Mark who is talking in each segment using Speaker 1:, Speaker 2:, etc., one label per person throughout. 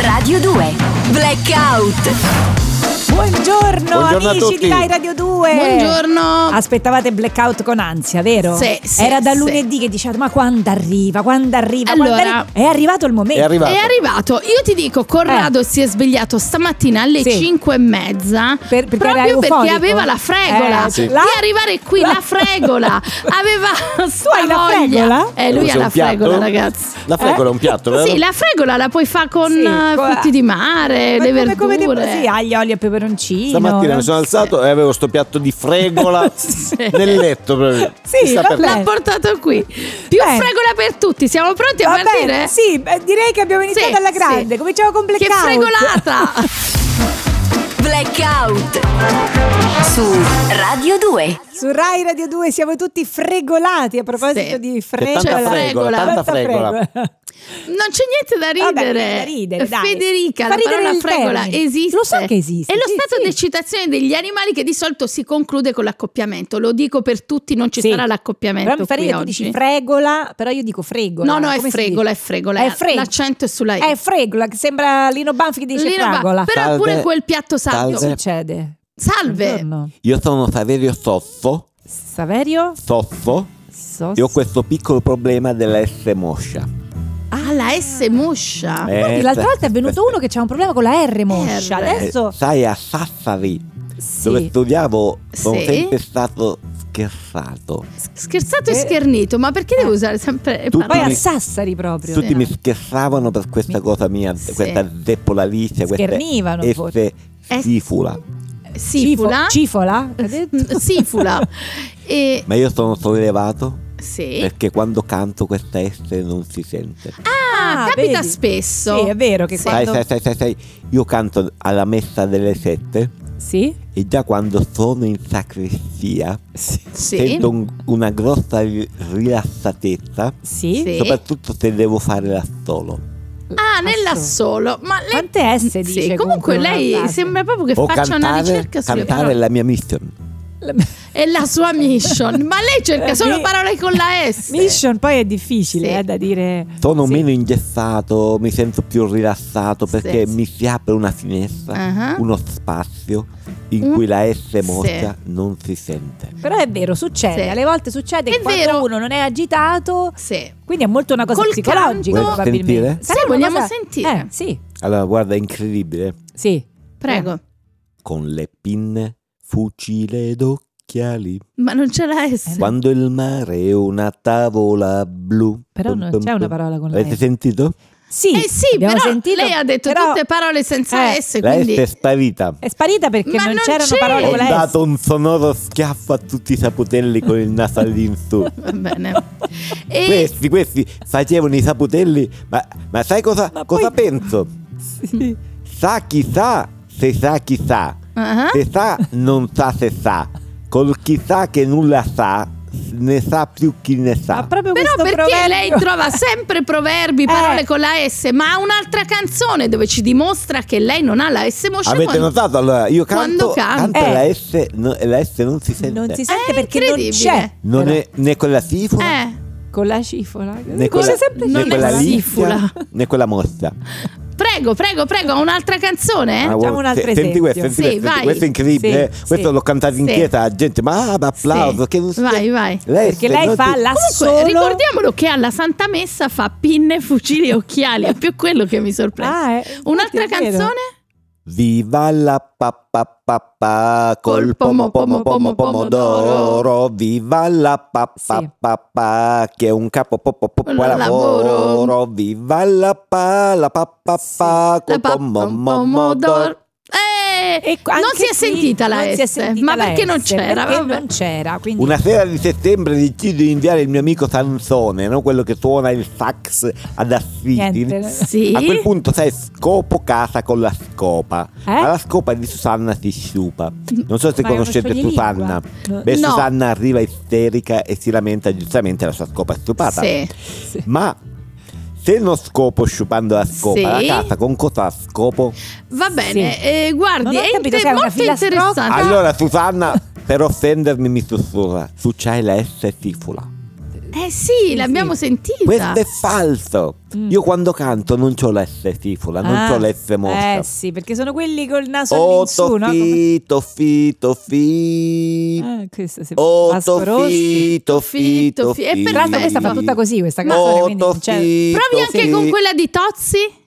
Speaker 1: Radio 2 Blackout
Speaker 2: Buongiorno,
Speaker 3: Buongiorno a
Speaker 2: amici di
Speaker 3: tutti.
Speaker 2: Rai Radio 2.
Speaker 4: Buongiorno.
Speaker 2: Aspettavate blackout con ansia, vero?
Speaker 4: Sì, sì,
Speaker 2: Era da
Speaker 4: sì.
Speaker 2: lunedì che diciate "Ma quando arriva? Quando arriva? Quando
Speaker 4: Allora-
Speaker 2: arri-" È arrivato il
Speaker 3: È
Speaker 2: momento.
Speaker 3: arrivato.
Speaker 4: È arrivato, io ti dico, Corrado si è svegliato stamattina alle
Speaker 2: Eh. Sì.
Speaker 4: 5 e mezza
Speaker 2: Per- perché era
Speaker 4: proprio perché
Speaker 2: euforico.
Speaker 4: aveva la fregola.
Speaker 2: Eh, sì.
Speaker 4: Di
Speaker 2: La-
Speaker 4: arrivare qui la,
Speaker 2: la-
Speaker 4: fregola. Aveva sta
Speaker 2: hai la
Speaker 4: voglia.
Speaker 2: fregola?
Speaker 4: Eh, lui
Speaker 3: Cos'è,
Speaker 4: ha la
Speaker 3: un piatto? Eh?
Speaker 4: fregola, ragazzi. Eh?
Speaker 3: La fregola è un piatto, vero?
Speaker 4: Sì, la fregola la puoi fare con
Speaker 2: Sì,
Speaker 4: eh,
Speaker 2: con-
Speaker 4: frutti di mare,
Speaker 2: Ma
Speaker 4: le
Speaker 2: come- come
Speaker 4: verdure.
Speaker 2: te- sì, aglio, olio e peperoncino.
Speaker 3: Stamattina
Speaker 2: no?
Speaker 3: mi sono alzato e avevo sto piatto di fregola
Speaker 4: Sì.
Speaker 3: nel letto. proprio.
Speaker 2: Sì,
Speaker 3: Chissà
Speaker 2: vabbè.
Speaker 3: perché.
Speaker 4: L'ha portato qui. Più
Speaker 2: Bene.
Speaker 4: fregola per tutti, siamo pronti a
Speaker 2: Vabbè,
Speaker 4: partire?
Speaker 2: sì, beh, direi che abbiamo iniziato alla
Speaker 4: sì.
Speaker 2: grande. Cominciamo con
Speaker 4: Che
Speaker 2: blackout.
Speaker 4: fregolata!
Speaker 1: Blackout Su Radio 2
Speaker 2: Su Rai Radio 2 siamo tutti fregolati a proposito
Speaker 4: Sì.
Speaker 2: di
Speaker 3: Che
Speaker 2: fregola.
Speaker 3: tanta fregola,
Speaker 4: fregola.
Speaker 3: tanta
Speaker 2: Tanta
Speaker 3: fregola.
Speaker 4: Non c'è niente da
Speaker 2: Vabbè,
Speaker 4: ridere.
Speaker 2: da ridere, dai.
Speaker 4: Federica,
Speaker 2: Fa
Speaker 4: la
Speaker 2: ridere
Speaker 4: parola
Speaker 2: il
Speaker 4: fregola
Speaker 2: termine.
Speaker 4: esiste.
Speaker 2: Lo so che esiste,
Speaker 4: È lo
Speaker 2: sì,
Speaker 4: stato
Speaker 2: sì.
Speaker 4: di eccitazione degli animali che di solito si conclude con l'accoppiamento. Lo dico per tutti, non ci
Speaker 2: Sì.
Speaker 4: sarà l'accoppiamento
Speaker 2: Però mi fa
Speaker 4: qui
Speaker 2: ridere, tu
Speaker 4: oggi.
Speaker 2: dici fregola, però io dico fregola.
Speaker 4: No, no, è
Speaker 2: Come si
Speaker 4: fregola, è
Speaker 2: dice?
Speaker 4: fregola,
Speaker 2: È fregola.
Speaker 4: L'accento è sulla I.
Speaker 2: È fregola, che sembra Lino Banfi che dice
Speaker 4: Lino va-
Speaker 2: fragola.
Speaker 4: Però
Speaker 3: Salve.
Speaker 4: pure quel piatto sabbio.
Speaker 2: Cosa
Speaker 3: Salve.
Speaker 2: succede?
Speaker 4: Salve.
Speaker 2: Buongiorno.
Speaker 3: Io sono Saverio Soffo,
Speaker 2: Saverio?
Speaker 3: Soffo,
Speaker 2: Sos-
Speaker 3: e ho questo piccolo problema dell'S moscia.
Speaker 4: Ah, la S moscia.
Speaker 3: Eh,
Speaker 2: Guardi, l'altra volta è venuto uno che c'ha un problema con la R moscia.
Speaker 4: R.
Speaker 3: eh,
Speaker 2: Adesso
Speaker 3: Sai, a Sassari, Eh, dove
Speaker 2: sì.
Speaker 3: studiavo, sono
Speaker 4: Sì.
Speaker 3: sempre stato scherzato.
Speaker 4: Scherzato e
Speaker 2: Eh.
Speaker 4: schernito, ma perché devo usare sempre
Speaker 3: Tu-
Speaker 2: Poi a
Speaker 3: mi-
Speaker 4: parole?
Speaker 2: Sassari proprio.
Speaker 3: Tutti mi scherzavano per questa
Speaker 2: Mi-
Speaker 3: cosa mia,
Speaker 4: Sì.
Speaker 3: questa zeppola liscia, questa
Speaker 2: Schernivano,
Speaker 3: S
Speaker 2: forse.
Speaker 3: sifula.
Speaker 4: Sifula.
Speaker 2: Cifo- Cifola? Ha detto?
Speaker 4: Sifula. E
Speaker 3: Ma io sono sollevato
Speaker 4: sì.
Speaker 3: perché quando canto questa S non si sente.
Speaker 4: Ah, ecco.
Speaker 2: Ah,
Speaker 4: capita
Speaker 2: vedi?
Speaker 4: spesso.
Speaker 2: Sì, è vero che
Speaker 4: Sì.
Speaker 3: sai,
Speaker 2: quando...
Speaker 3: sai, sai, sai, sai, io canto alla messa delle sette
Speaker 2: Sì?
Speaker 3: e già quando sono in sacrestia
Speaker 4: Sì.
Speaker 3: sento un- una grossa ri- rilassatezza,
Speaker 2: Sì?
Speaker 4: Sì.
Speaker 3: soprattutto se devo fare la solo.
Speaker 4: Ah, nella solo. Ma lei...
Speaker 2: Quante S dice
Speaker 4: Sì,
Speaker 2: comunque
Speaker 4: comunque
Speaker 2: una
Speaker 4: lei
Speaker 2: frase?
Speaker 4: sembra proprio che
Speaker 3: o
Speaker 4: faccia una
Speaker 3: cantare,
Speaker 4: ricerca Ah. sulle
Speaker 3: cantare è
Speaker 4: parole.
Speaker 3: la mia mission.
Speaker 4: È la sua mission. Ma lei cerca
Speaker 2: Eh,
Speaker 4: solo
Speaker 2: mi-
Speaker 4: parole con la S.
Speaker 2: Mission poi è difficile
Speaker 4: Sì.
Speaker 2: eh, da dire.
Speaker 3: Sono
Speaker 2: Sì.
Speaker 3: meno ingessato, mi sento più rilassato perché
Speaker 4: Sì.
Speaker 3: mi si apre una finestra,
Speaker 4: Ah.
Speaker 3: uno spazio in
Speaker 4: Un-
Speaker 3: cui la S
Speaker 4: Sì.
Speaker 3: moscia non si sente.
Speaker 2: Però è vero, succede.
Speaker 4: Sì.
Speaker 2: Alle volte succede
Speaker 4: È
Speaker 2: che quando
Speaker 4: vero.
Speaker 2: uno non è agitato.
Speaker 4: Sì.
Speaker 2: Quindi è molto una cosa
Speaker 4: Col
Speaker 2: psicologica,
Speaker 3: canto- Vuoi
Speaker 2: probabilmente.
Speaker 3: sentire?
Speaker 2: Sarebbe
Speaker 4: Sì,
Speaker 2: una
Speaker 4: vogliamo sentire.
Speaker 2: Eh, sì,
Speaker 3: Allora, guarda, è incredibile.
Speaker 2: sì. Eh.
Speaker 4: Prego.
Speaker 3: Con le pinne, fucile ed occhiali.
Speaker 4: Ma non c'è la S.
Speaker 3: Eh, Quando il mare è una tavola blu.
Speaker 2: Però non
Speaker 3: Pum,
Speaker 2: c'è
Speaker 3: pum,
Speaker 2: una
Speaker 3: pum.
Speaker 2: parola con la
Speaker 3: Avete
Speaker 2: S.
Speaker 3: sentito?
Speaker 2: Sì,
Speaker 4: Eh sì,
Speaker 2: abbiamo
Speaker 4: però
Speaker 2: sentito,
Speaker 4: lei ha detto
Speaker 2: però
Speaker 4: tutte parole senza
Speaker 2: Eh,
Speaker 4: S,
Speaker 3: La S
Speaker 4: quindi
Speaker 3: è sparita.
Speaker 2: È sparita perché
Speaker 4: Ma
Speaker 2: non
Speaker 4: non
Speaker 2: c'erano
Speaker 4: c'è!
Speaker 2: parole
Speaker 3: Ho
Speaker 2: Eh, con la S.
Speaker 3: dato un sonoro schiaffo a tutti i saputelli con il naso all'insù.
Speaker 4: va bene. E
Speaker 3: Questi, questi facevano i saputelli, ma, ma sai cosa,
Speaker 2: Ma
Speaker 3: cosa
Speaker 2: poi-
Speaker 3: penso?
Speaker 2: Sì.
Speaker 3: Sa chi sa se sa chi sa,
Speaker 4: Ah,
Speaker 3: se sa non sa se sa, col chi sa che nulla sa, ne sa più chi ne
Speaker 2: Ma
Speaker 3: sa.
Speaker 2: proprio
Speaker 4: Però
Speaker 2: questo
Speaker 4: perché
Speaker 2: proverbio-
Speaker 4: lei trova sempre proverbi, parole
Speaker 2: Eh.
Speaker 4: con la S, ma ha un'altra canzone dove ci dimostra che lei non ha la S moscia
Speaker 3: Avete
Speaker 4: quando-
Speaker 3: notato? Allora, io canto,
Speaker 4: Quando
Speaker 3: canto
Speaker 4: canta.
Speaker 3: e
Speaker 2: Eh.
Speaker 3: la S, no- e la S non si sente.
Speaker 2: non si sente
Speaker 4: È
Speaker 2: perché non c'è.
Speaker 4: incredibile.
Speaker 3: Non
Speaker 2: Però
Speaker 3: è né con la sifola,
Speaker 4: Eh,
Speaker 2: con la cifola.
Speaker 3: né
Speaker 2: Come
Speaker 3: con la,
Speaker 2: sempre
Speaker 3: né
Speaker 4: non
Speaker 2: c'è
Speaker 4: è
Speaker 3: con la
Speaker 2: la-
Speaker 4: lì.
Speaker 3: liscia,
Speaker 4: sifola.
Speaker 3: né con la mossa.
Speaker 4: prego, prego, prego, ha un'altra canzone?
Speaker 3: Ah,
Speaker 2: Eh, Facciamo
Speaker 3: wow,
Speaker 2: un altro
Speaker 3: se- Senti
Speaker 2: esempio.
Speaker 3: questo, senti
Speaker 4: Sì,
Speaker 3: questo, senti
Speaker 4: vai.
Speaker 3: questo è incredibile.
Speaker 2: Sì,
Speaker 3: eh. questo
Speaker 2: sì.
Speaker 3: l'ho cantato in
Speaker 4: Sì.
Speaker 3: chiesa, la gente, ma ma applauso.
Speaker 4: Sì.
Speaker 3: Che non si-
Speaker 4: Vai, vai.
Speaker 3: Lei
Speaker 2: Perché
Speaker 3: se
Speaker 2: lei
Speaker 3: non
Speaker 2: fa
Speaker 3: ti-
Speaker 2: la
Speaker 4: Comunque,
Speaker 2: solo
Speaker 4: ricordiamolo che alla Santa Messa fa pinne, fucili e occhiali, è più quello che mi sorprende.
Speaker 2: Ah, eh,
Speaker 4: Un'altra
Speaker 2: infatti è vero.
Speaker 4: canzone?
Speaker 3: Viva la pappa pappa col
Speaker 4: Col
Speaker 3: pomo
Speaker 4: pomo,
Speaker 3: pomo pomo
Speaker 4: pomo,
Speaker 3: pomodoro. Viva la
Speaker 2: Sì.
Speaker 3: pappa pappa che è un capo popo popo
Speaker 4: Un
Speaker 3: al lavoro.
Speaker 4: lavoro.
Speaker 3: Viva la pa la pappa pappa
Speaker 4: La
Speaker 3: col
Speaker 4: pappa,
Speaker 3: pomo-
Speaker 4: un pomodoro.
Speaker 3: pomodoro.
Speaker 4: Eh,
Speaker 2: E qu-
Speaker 4: non
Speaker 2: anche
Speaker 4: si è
Speaker 2: qui
Speaker 4: sentita la
Speaker 2: non si è
Speaker 4: S,
Speaker 2: sentita
Speaker 4: ma
Speaker 2: la
Speaker 4: perché non
Speaker 2: S,
Speaker 4: c'era?
Speaker 2: Perché
Speaker 4: Vabbè.
Speaker 2: non c'era, quindi
Speaker 3: Una sera di settembre decido di inviare il mio amico Sansone, no? quello che suona il sax ad Assisi.
Speaker 2: niente.
Speaker 4: Sì.
Speaker 3: A quel punto sai scopo casa con la scopa.
Speaker 2: Eh?
Speaker 3: Ma la scopa di Susanna si sciupa. Non so se
Speaker 2: Ma è uno
Speaker 3: conoscete
Speaker 2: scioglilingua.
Speaker 3: Susanna.
Speaker 2: No.
Speaker 3: Beh,
Speaker 4: No.
Speaker 3: Susanna arriva isterica e si lamenta giustamente la sua scopa è sciupata.
Speaker 4: Sì.
Speaker 3: Ma se non scopo sciupando la scopa,
Speaker 4: Sì.
Speaker 3: la casa con cosa scopo?
Speaker 4: Va bene,
Speaker 2: Sì.
Speaker 4: eh, guardi,
Speaker 2: Non ho
Speaker 4: è
Speaker 2: capito
Speaker 4: inte-
Speaker 2: se è una
Speaker 4: molto
Speaker 2: filastrocca.
Speaker 4: interessante.
Speaker 3: Allora Susanna, per offendermi mi sussurra, tu c'hai la S sifula.
Speaker 4: Eh sì, l'abbiamo sentita.
Speaker 5: Questo è falso. Io quando canto non ho l'S sifola, non
Speaker 2: Ah.
Speaker 5: ho l'S mossa.
Speaker 2: Eh sì, perché sono quelli col naso
Speaker 5: Oh,
Speaker 2: all'insù, no? Come-
Speaker 5: toffi, toffi, toffi.
Speaker 2: Eh, questo sì.
Speaker 5: Oh,
Speaker 2: Vasco
Speaker 5: toffi, toffi,
Speaker 2: Rossi.
Speaker 4: Toffi,
Speaker 5: toffi.
Speaker 4: toffi. E
Speaker 2: Tra l'altro questa fa tutta così questa canzone,
Speaker 5: Oh,
Speaker 2: quindi cioè, non c'è-
Speaker 5: toffi,
Speaker 4: Provi anche
Speaker 5: toffi.
Speaker 4: con quella di Tozzi.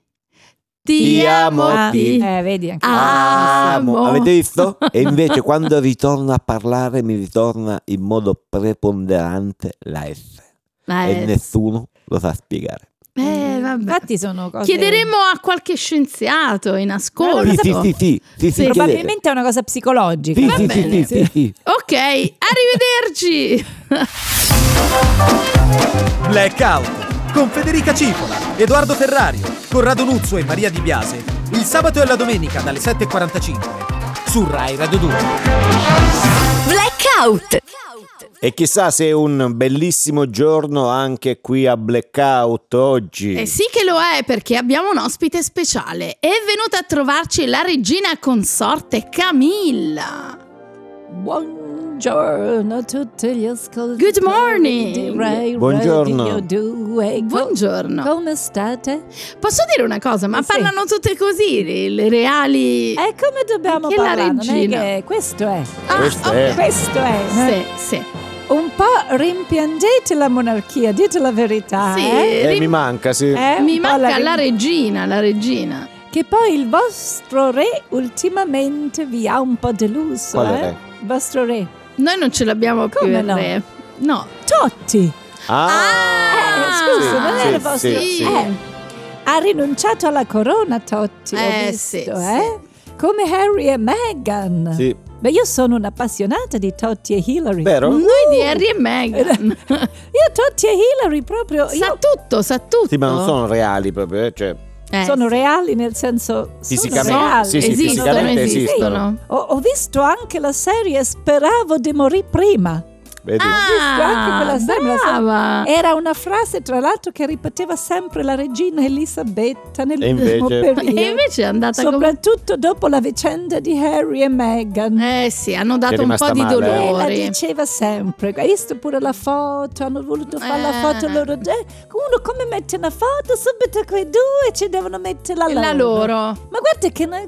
Speaker 4: Ti,
Speaker 5: Ti
Speaker 4: amo.
Speaker 5: amo,
Speaker 2: Ah,
Speaker 4: ti.
Speaker 2: eh, vedi anche.
Speaker 4: Amo.
Speaker 5: Avete visto? E invece quando ritorna a parlare mi ritorna in modo preponderante la S.
Speaker 4: Ma
Speaker 5: E
Speaker 4: è-
Speaker 5: nessuno lo sa spiegare.
Speaker 4: eh, vabbè.
Speaker 2: Infatti sono cose
Speaker 4: Chiederemo a qualche scienziato in
Speaker 2: No,
Speaker 4: ascolto.
Speaker 2: lo
Speaker 5: Sì, sì, sì, sì, sì, sì, chiedete.
Speaker 2: Probabilmente è una cosa psicologica.
Speaker 5: Sì,
Speaker 4: va
Speaker 5: sì, sì,
Speaker 4: bene.
Speaker 5: sì, sì, sì.
Speaker 4: Ok, arrivederci.
Speaker 6: Blackout con Federica Cipola, Edoardo Ferrario, Corrado Nuzzo e Maria Di Biase il sabato e la domenica dalle 7.45 su Rai Radio 2.
Speaker 1: Blackout.
Speaker 5: E chissà se è un bellissimo giorno anche qui a Blackout oggi.
Speaker 4: Eh sì che lo è perché abbiamo un ospite speciale. È venuta a trovarci la regina consorte Camilla.
Speaker 2: Buongiorno a tutti gli ascoltatori.
Speaker 4: Good morning.
Speaker 2: di Rai
Speaker 5: Buongiorno.
Speaker 2: Radio due.
Speaker 4: Buongiorno.
Speaker 2: Come state?
Speaker 4: Posso dire una cosa? Ma
Speaker 2: Eh sì. Eh,
Speaker 4: parlano tutte così, le, le reali...
Speaker 2: E come dobbiamo
Speaker 4: Perché la
Speaker 2: parlare? Non è
Speaker 4: regina.
Speaker 2: che- Questo è.
Speaker 4: Ah,
Speaker 5: Questo
Speaker 4: ok.
Speaker 5: è-
Speaker 2: Questo è. eh?
Speaker 4: Sì, sì.
Speaker 2: Un po' rimpiangete la monarchia, dite la verità.
Speaker 4: Sì,
Speaker 2: eh?
Speaker 5: Eh,
Speaker 4: rim-
Speaker 5: mi manca, sì.
Speaker 2: Eh,
Speaker 4: mi
Speaker 2: un po'
Speaker 4: manca la
Speaker 2: rim-
Speaker 4: regina, la regina.
Speaker 2: Che poi il vostro re ultimamente vi ha un po' deluso.
Speaker 5: Quale
Speaker 2: eh?
Speaker 5: re?
Speaker 2: Il vostro re.
Speaker 4: Noi non ce l'abbiamo più
Speaker 2: Come
Speaker 4: il
Speaker 2: no?
Speaker 4: re. No.
Speaker 2: Totti.
Speaker 4: Ah,
Speaker 2: Eh, scusa, non
Speaker 5: sì,
Speaker 2: è la vostra.
Speaker 5: sì.
Speaker 2: Eh, ha rinunciato alla corona Totti, ho
Speaker 4: Eh,
Speaker 2: visto,
Speaker 4: sì, sì.
Speaker 2: eh? Come Harry e Meghan.
Speaker 5: Sì.
Speaker 2: Beh, io sono un'appassionata di Totti e Hillary.
Speaker 5: Vero?
Speaker 4: Noi di Harry e Meghan.
Speaker 2: Io Totti e Hillary proprio io
Speaker 4: sa tutto, sa tutto.
Speaker 5: Sì, ma non sono reali proprio, eh, cioè,
Speaker 4: Eh,
Speaker 2: sono reali nel senso
Speaker 5: Fisicamente,
Speaker 2: sono reali.
Speaker 5: sì, sì,
Speaker 2: Esistono,
Speaker 5: fisicamente
Speaker 2: sì.
Speaker 5: esistono.
Speaker 2: Ho, ho visto anche la serie Speravo di morire prima.
Speaker 5: vedi?
Speaker 2: anche
Speaker 4: Ah,
Speaker 2: quella serie, me la so-
Speaker 4: brava.
Speaker 2: Era una frase, tra l'altro, che ripeteva sempre la regina Elisabetta
Speaker 5: E
Speaker 2: nell'ultimo
Speaker 5: invece-
Speaker 2: periodo.
Speaker 4: E invece è andata come...
Speaker 2: Soprattutto dopo la vicenda di Harry e Meghan.
Speaker 4: Eh sì, hanno dato un
Speaker 5: rimasta
Speaker 4: po' di
Speaker 5: male, eh?
Speaker 2: Lei la
Speaker 4: dolori.
Speaker 2: diceva sempre, hai visto pure la foto, hanno voluto fare la foto
Speaker 4: Eh.
Speaker 2: loro due. Uno come mette una foto, subito quei due ci devono mettere la,
Speaker 4: La loro.
Speaker 2: Ma guarda che... ne-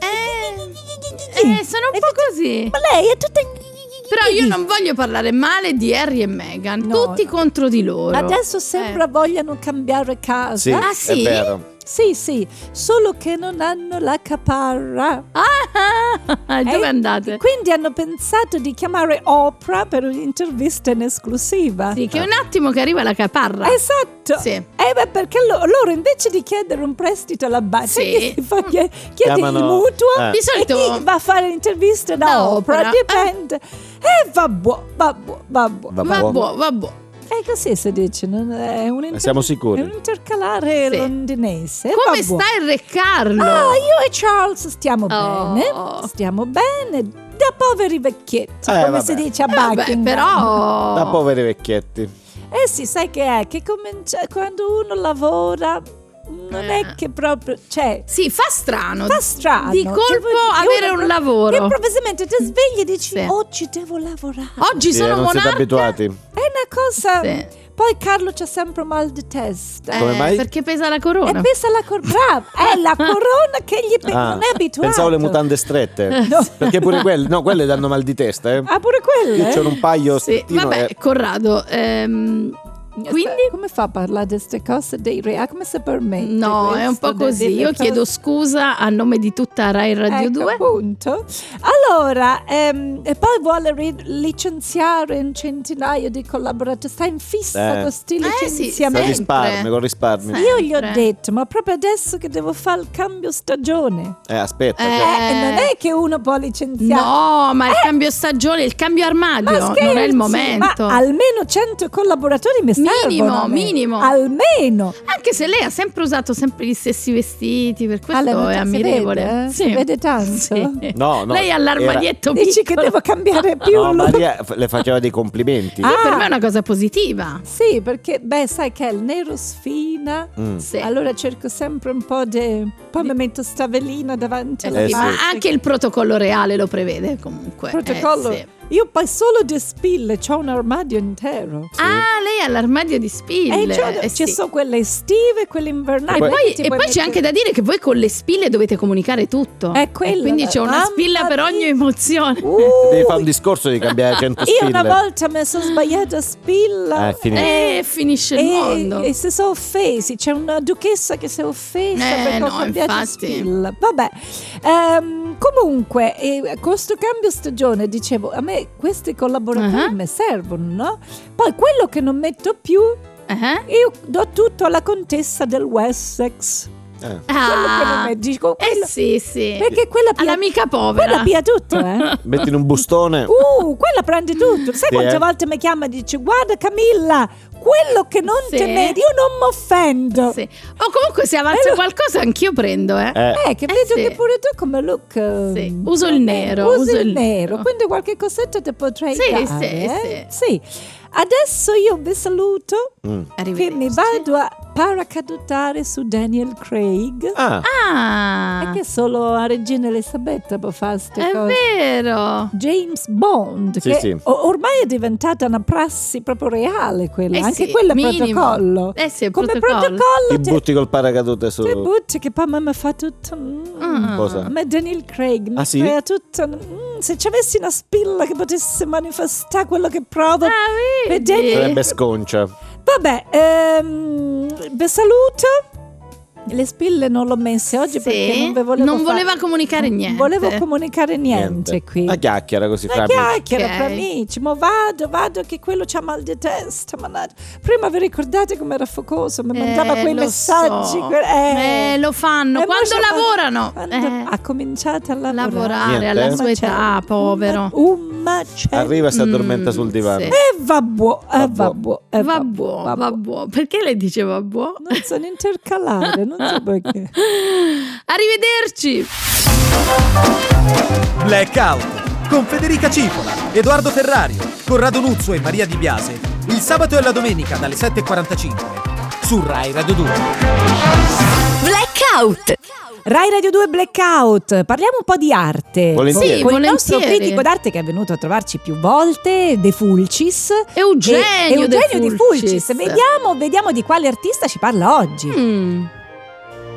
Speaker 2: eh,
Speaker 4: Eh, eh, sono un
Speaker 2: E
Speaker 4: po'
Speaker 2: tutta-
Speaker 4: così.
Speaker 2: Ma lei è tutta...
Speaker 4: Però io non voglio parlare male di Harry e Meghan,
Speaker 2: No,
Speaker 4: tutti
Speaker 2: no.
Speaker 4: contro di loro.
Speaker 2: Adesso
Speaker 4: Eh.
Speaker 2: sembra vogliano cambiare casa.
Speaker 5: Sì,
Speaker 4: Ah, sì?
Speaker 5: è vero.
Speaker 2: Sì, sì, solo che non hanno la caparra.
Speaker 4: Ah, dove
Speaker 2: Eh,
Speaker 4: andate?
Speaker 2: Quindi hanno pensato di chiamare Oprah per un'intervista in esclusiva.
Speaker 4: Sì, che è un attimo che arriva la caparra.
Speaker 2: Esatto.
Speaker 4: Sì.
Speaker 2: Eh, beh, perché lo- loro invece di chiedere un prestito alla banca,
Speaker 4: Sì. Mm.
Speaker 2: che si fa chie- chiedi il
Speaker 5: Chiamano-
Speaker 2: mutuo
Speaker 5: eh.
Speaker 4: Di
Speaker 2: e
Speaker 4: solito-
Speaker 2: chi va a fare l'intervista da,
Speaker 4: Da
Speaker 2: Oprah,
Speaker 4: Oprah,
Speaker 2: dipende. Eh, va buo, va buo, va buo.
Speaker 5: Va
Speaker 4: Vabbè,
Speaker 5: buono.
Speaker 4: boh, vabbè.
Speaker 2: Eh, così si dice, non è un inter-
Speaker 5: Eh, Siamo sicuri?
Speaker 2: È un intercalare
Speaker 4: Sì.
Speaker 2: londinese. eh,
Speaker 4: Come
Speaker 2: va buo.
Speaker 4: sta il re Carlo?
Speaker 2: Ah, io e Charles stiamo
Speaker 4: Oh.
Speaker 2: bene, stiamo bene, da poveri vecchietti,
Speaker 5: Eh,
Speaker 2: come
Speaker 5: vabbè.
Speaker 2: si dice a
Speaker 4: Eh, vabbè,
Speaker 2: Buckingham.
Speaker 4: però...
Speaker 5: Da poveri vecchietti.
Speaker 2: Eh sì, sai che è che comincia- quando uno lavora non
Speaker 4: Eh.
Speaker 2: è che proprio, cioè,
Speaker 4: Sì, fa strano.
Speaker 2: fa strano.
Speaker 4: Di
Speaker 2: Cioè,
Speaker 4: colpo
Speaker 2: vuol dire che
Speaker 4: avere
Speaker 2: uno pro-
Speaker 4: un lavoro.
Speaker 2: che improvvisamente ti svegli e dici
Speaker 4: Sì.
Speaker 2: oggi devo lavorare.
Speaker 4: Oggi
Speaker 5: Sì, eh,
Speaker 4: sono
Speaker 5: non siete
Speaker 4: monarca.
Speaker 5: abituati.
Speaker 2: È una cosa...
Speaker 4: Sì.
Speaker 2: Poi Carlo c'ha sempre mal di testa.
Speaker 5: Come
Speaker 4: Eh,
Speaker 5: mai?
Speaker 4: Perché pesa la
Speaker 2: E
Speaker 4: corona.
Speaker 2: pensa alla cor- brava, è la corona che gli pe-
Speaker 5: Ah,
Speaker 2: non è abituato.
Speaker 5: Pensavo le mutande strette.
Speaker 2: No.
Speaker 5: Perché pure quelle, no, quelle danno mal di testa, eh.
Speaker 2: Ah, pure
Speaker 5: Io
Speaker 2: quella. eh?
Speaker 5: c'ho un paio eh,
Speaker 4: Sì,
Speaker 5: strettino
Speaker 4: vabbè,
Speaker 5: che-
Speaker 4: Corrado, ehm, quindi...
Speaker 2: come fa a parlare di queste cose dei re? Ah, Come se permette?
Speaker 4: No, è un
Speaker 2: questo
Speaker 4: po'
Speaker 2: de-
Speaker 4: così.
Speaker 2: delle
Speaker 4: Io
Speaker 2: cose?
Speaker 4: chiedo scusa a nome di tutta Rai Radio
Speaker 2: Ecco,
Speaker 4: 2.
Speaker 2: appunto. Allora, ehm, e poi vuole ri- licenziare un centinaio di collaboratori. Sta in fissa
Speaker 5: Eh.
Speaker 2: con questi
Speaker 4: Eh, sì,
Speaker 5: Con
Speaker 2: licenziamenti.
Speaker 4: sì.
Speaker 5: risparmio, con risparmio.
Speaker 4: Sì.
Speaker 2: Io gli ho
Speaker 4: Sempre.
Speaker 2: detto, ma proprio adesso che devo fare il cambio stagione.
Speaker 5: Eh, aspetta.
Speaker 4: Eh,
Speaker 5: cioè,
Speaker 2: Eh, non è che uno può licenziare.
Speaker 4: No, ma il cambio stagione, il cambio
Speaker 2: Eh! Ma
Speaker 4: armadio
Speaker 2: scherzi,
Speaker 4: non è il
Speaker 2: ma
Speaker 4: momento.
Speaker 2: almeno 100 collaboratori mi
Speaker 4: Minimo,
Speaker 2: servono. a me.
Speaker 4: minimo.
Speaker 2: Almeno.
Speaker 4: Anche se lei ha sempre usato sempre gli stessi vestiti, per questo
Speaker 2: Ale, ma
Speaker 4: è
Speaker 2: si
Speaker 4: ammirevole.
Speaker 2: vede, eh?
Speaker 4: Sì.
Speaker 2: Si vede tanto?
Speaker 4: Sì.
Speaker 5: No, no,
Speaker 4: lei ha
Speaker 5: era-
Speaker 4: l'armadietto
Speaker 2: Dici che
Speaker 4: piccolo.
Speaker 2: devo cambiare più
Speaker 5: No,
Speaker 2: look?
Speaker 5: Maria f- le faceva dei complimenti.
Speaker 2: Ah.
Speaker 4: Per me è una cosa positiva.
Speaker 2: Sì, perché beh, sai che il nero sfina.
Speaker 5: Mm.
Speaker 4: Sì.
Speaker 2: Allora cerco sempre un po' di. Poi mi metto sta velina davanti
Speaker 4: Eh
Speaker 2: alla
Speaker 5: Eh,
Speaker 4: sì,
Speaker 5: sì.
Speaker 4: Ma anche il protocollo reale lo prevede comunque.
Speaker 2: protocollo.
Speaker 4: Eh, sì.
Speaker 2: Io poi solo di spille, c'ho un armadio intero.
Speaker 4: Ah, lei ha l'armadio di spille.
Speaker 2: E c'ho-
Speaker 4: Eh,
Speaker 2: ci
Speaker 4: sì.
Speaker 2: sono quelle estive, quelle invernali.
Speaker 4: E
Speaker 2: quelle
Speaker 4: poi,
Speaker 2: che ti
Speaker 4: e
Speaker 2: puoi
Speaker 4: poi c'è
Speaker 2: mettere-
Speaker 4: anche da dire che voi con le spille dovete comunicare tutto.
Speaker 2: È quello,
Speaker 4: E quindi c'è una
Speaker 2: mamma
Speaker 4: spilla per
Speaker 2: mia.
Speaker 4: ogni emozione.
Speaker 3: Devi
Speaker 2: Uh,
Speaker 3: fare un discorso di cambiare 100
Speaker 2: Io una
Speaker 3: spille.
Speaker 2: volta mi sono sbagliata spilla.
Speaker 3: Eh, finito.
Speaker 4: E finisce il mondo.
Speaker 2: E, e si sono offesi, c'è una duchessa che si è offesa
Speaker 4: Eh,
Speaker 2: perché
Speaker 4: no,
Speaker 2: ho cambiato
Speaker 4: infatti.
Speaker 2: skill. Vabbè, Ehm, comunque, eh, con sto cambio stagione, dicevo, a me questi collaboratori
Speaker 4: Ah.
Speaker 2: mi servono, no? Poi quello che non metto più,
Speaker 4: Eh?
Speaker 2: io do tutto alla contessa del Wessex.
Speaker 5: Eh.
Speaker 2: Quello che non
Speaker 4: Ah.
Speaker 2: metto, dico, quello-
Speaker 4: Eh sì, sì.
Speaker 2: perché quella pia,
Speaker 4: All'amica
Speaker 2: quella
Speaker 4: povera.
Speaker 2: pia tutto, eh?
Speaker 3: Metti in un bustone.
Speaker 2: Uh, quella prende tutto. Sai
Speaker 3: Sì,
Speaker 2: quante
Speaker 3: eh.
Speaker 2: volte mi chiama e dice: Guarda, Camilla, quello che non
Speaker 4: Sì.
Speaker 2: temevi, io non mi offendo.
Speaker 4: Sì. O comunque se avanza qualcosa anch'io prendo, eh.
Speaker 3: Eh,
Speaker 2: Eh, che vedo
Speaker 4: sì.
Speaker 2: che pure tu come look. eh,
Speaker 4: Sì, uso il
Speaker 2: eh,
Speaker 4: nero,
Speaker 2: Usi
Speaker 4: uso
Speaker 2: il,
Speaker 4: il
Speaker 2: nero.
Speaker 4: nero.
Speaker 2: Quindi qualche cosetta ti potrei
Speaker 4: Sì,
Speaker 2: dare.
Speaker 4: sì,
Speaker 2: eh? Sì. Adesso io vi saluto.
Speaker 3: mm.
Speaker 2: Che
Speaker 4: Arrivederci.
Speaker 2: mi vado a paracadutare su Daniel Craig.
Speaker 3: Ah,
Speaker 4: Ah.
Speaker 2: E Eh, che solo a Regina Elisabetta può fare queste
Speaker 4: È
Speaker 2: cose.
Speaker 4: vero.
Speaker 2: James Bond,
Speaker 3: Sì,
Speaker 2: che
Speaker 3: sì.
Speaker 2: o- ormai è diventata una prassi proprio reale quella,
Speaker 4: Eh
Speaker 2: anche
Speaker 4: sì,
Speaker 2: quella è
Speaker 4: minimo.
Speaker 2: protocollo.
Speaker 4: Eh sì, è
Speaker 2: Come
Speaker 4: protocollo.
Speaker 3: ti
Speaker 2: protocollo ti,
Speaker 3: butti col paracadute su.
Speaker 2: ti butti che poi mamma fa tutto... mm.
Speaker 4: Ah.
Speaker 3: Cosa?
Speaker 2: Ma Daniel Craig mi
Speaker 3: Ah, sì?
Speaker 2: crea tutto... mm, se ci avessi una spilla che potesse manifestare quello che provo...
Speaker 4: Ah, vedi?
Speaker 2: Vedete?
Speaker 3: Sarebbe sconcia.
Speaker 2: Vabbè, ehm, vi saluto. Le spille non l'ho messe oggi
Speaker 4: Sì,
Speaker 2: perché non ve volevo
Speaker 4: non
Speaker 2: far-
Speaker 4: voleva comunicare
Speaker 2: non
Speaker 4: niente.
Speaker 2: Volevo comunicare niente, qui.
Speaker 3: Una chiacchiera così
Speaker 2: Una
Speaker 3: fra amici.
Speaker 2: chiacchiera
Speaker 4: Ok.
Speaker 2: fra amici, ma vado, vado che quello c'ha mal di testa. mannaggia. Prima vi ricordate com'era focoso? Mi mandava
Speaker 4: Eh,
Speaker 2: quei
Speaker 4: lo
Speaker 2: messaggi.
Speaker 4: so.
Speaker 2: que-
Speaker 4: Eh, lo fanno
Speaker 2: E
Speaker 4: quando
Speaker 2: mo c'è-
Speaker 4: lavorano.
Speaker 2: quando
Speaker 4: Eh.
Speaker 2: Ha cominciato a lavorare.
Speaker 4: Lavorare
Speaker 3: Niente,
Speaker 4: alla
Speaker 3: eh?
Speaker 4: sua età,
Speaker 2: Macello,
Speaker 4: povero.
Speaker 2: Un macello.
Speaker 3: Arriva e si addormenta
Speaker 4: Mm,
Speaker 3: sul divano.
Speaker 4: sì.
Speaker 2: E va buo, eh, va
Speaker 3: Vabbò.
Speaker 2: buo, eh,
Speaker 4: va
Speaker 2: va
Speaker 4: buono,
Speaker 2: buo,
Speaker 4: va,
Speaker 2: va buo.
Speaker 4: buono. Perché lei dice va buono?
Speaker 2: Non sono intercalare, non so perché.
Speaker 4: Arrivederci.
Speaker 6: Blackout con Federica Cipola, Edoardo Ferrario, Corrado Nuzzo e Maria Di Biase. Il sabato e la domenica dalle 7.45 su Rai Radio 2.
Speaker 1: Blackout.
Speaker 7: Rai Radio 2 Blackout, parliamo un po' di arte.
Speaker 3: Volentieri.
Speaker 4: Sì,
Speaker 7: Con il nostro
Speaker 4: volentieri.
Speaker 7: critico d'arte che è venuto a trovarci più volte, De Fulcis.
Speaker 4: Eugenio,
Speaker 7: E- Eugenio
Speaker 4: De
Speaker 7: Di Fulcis. Vediamo, vediamo di quale artista ci parla oggi.
Speaker 4: Mm.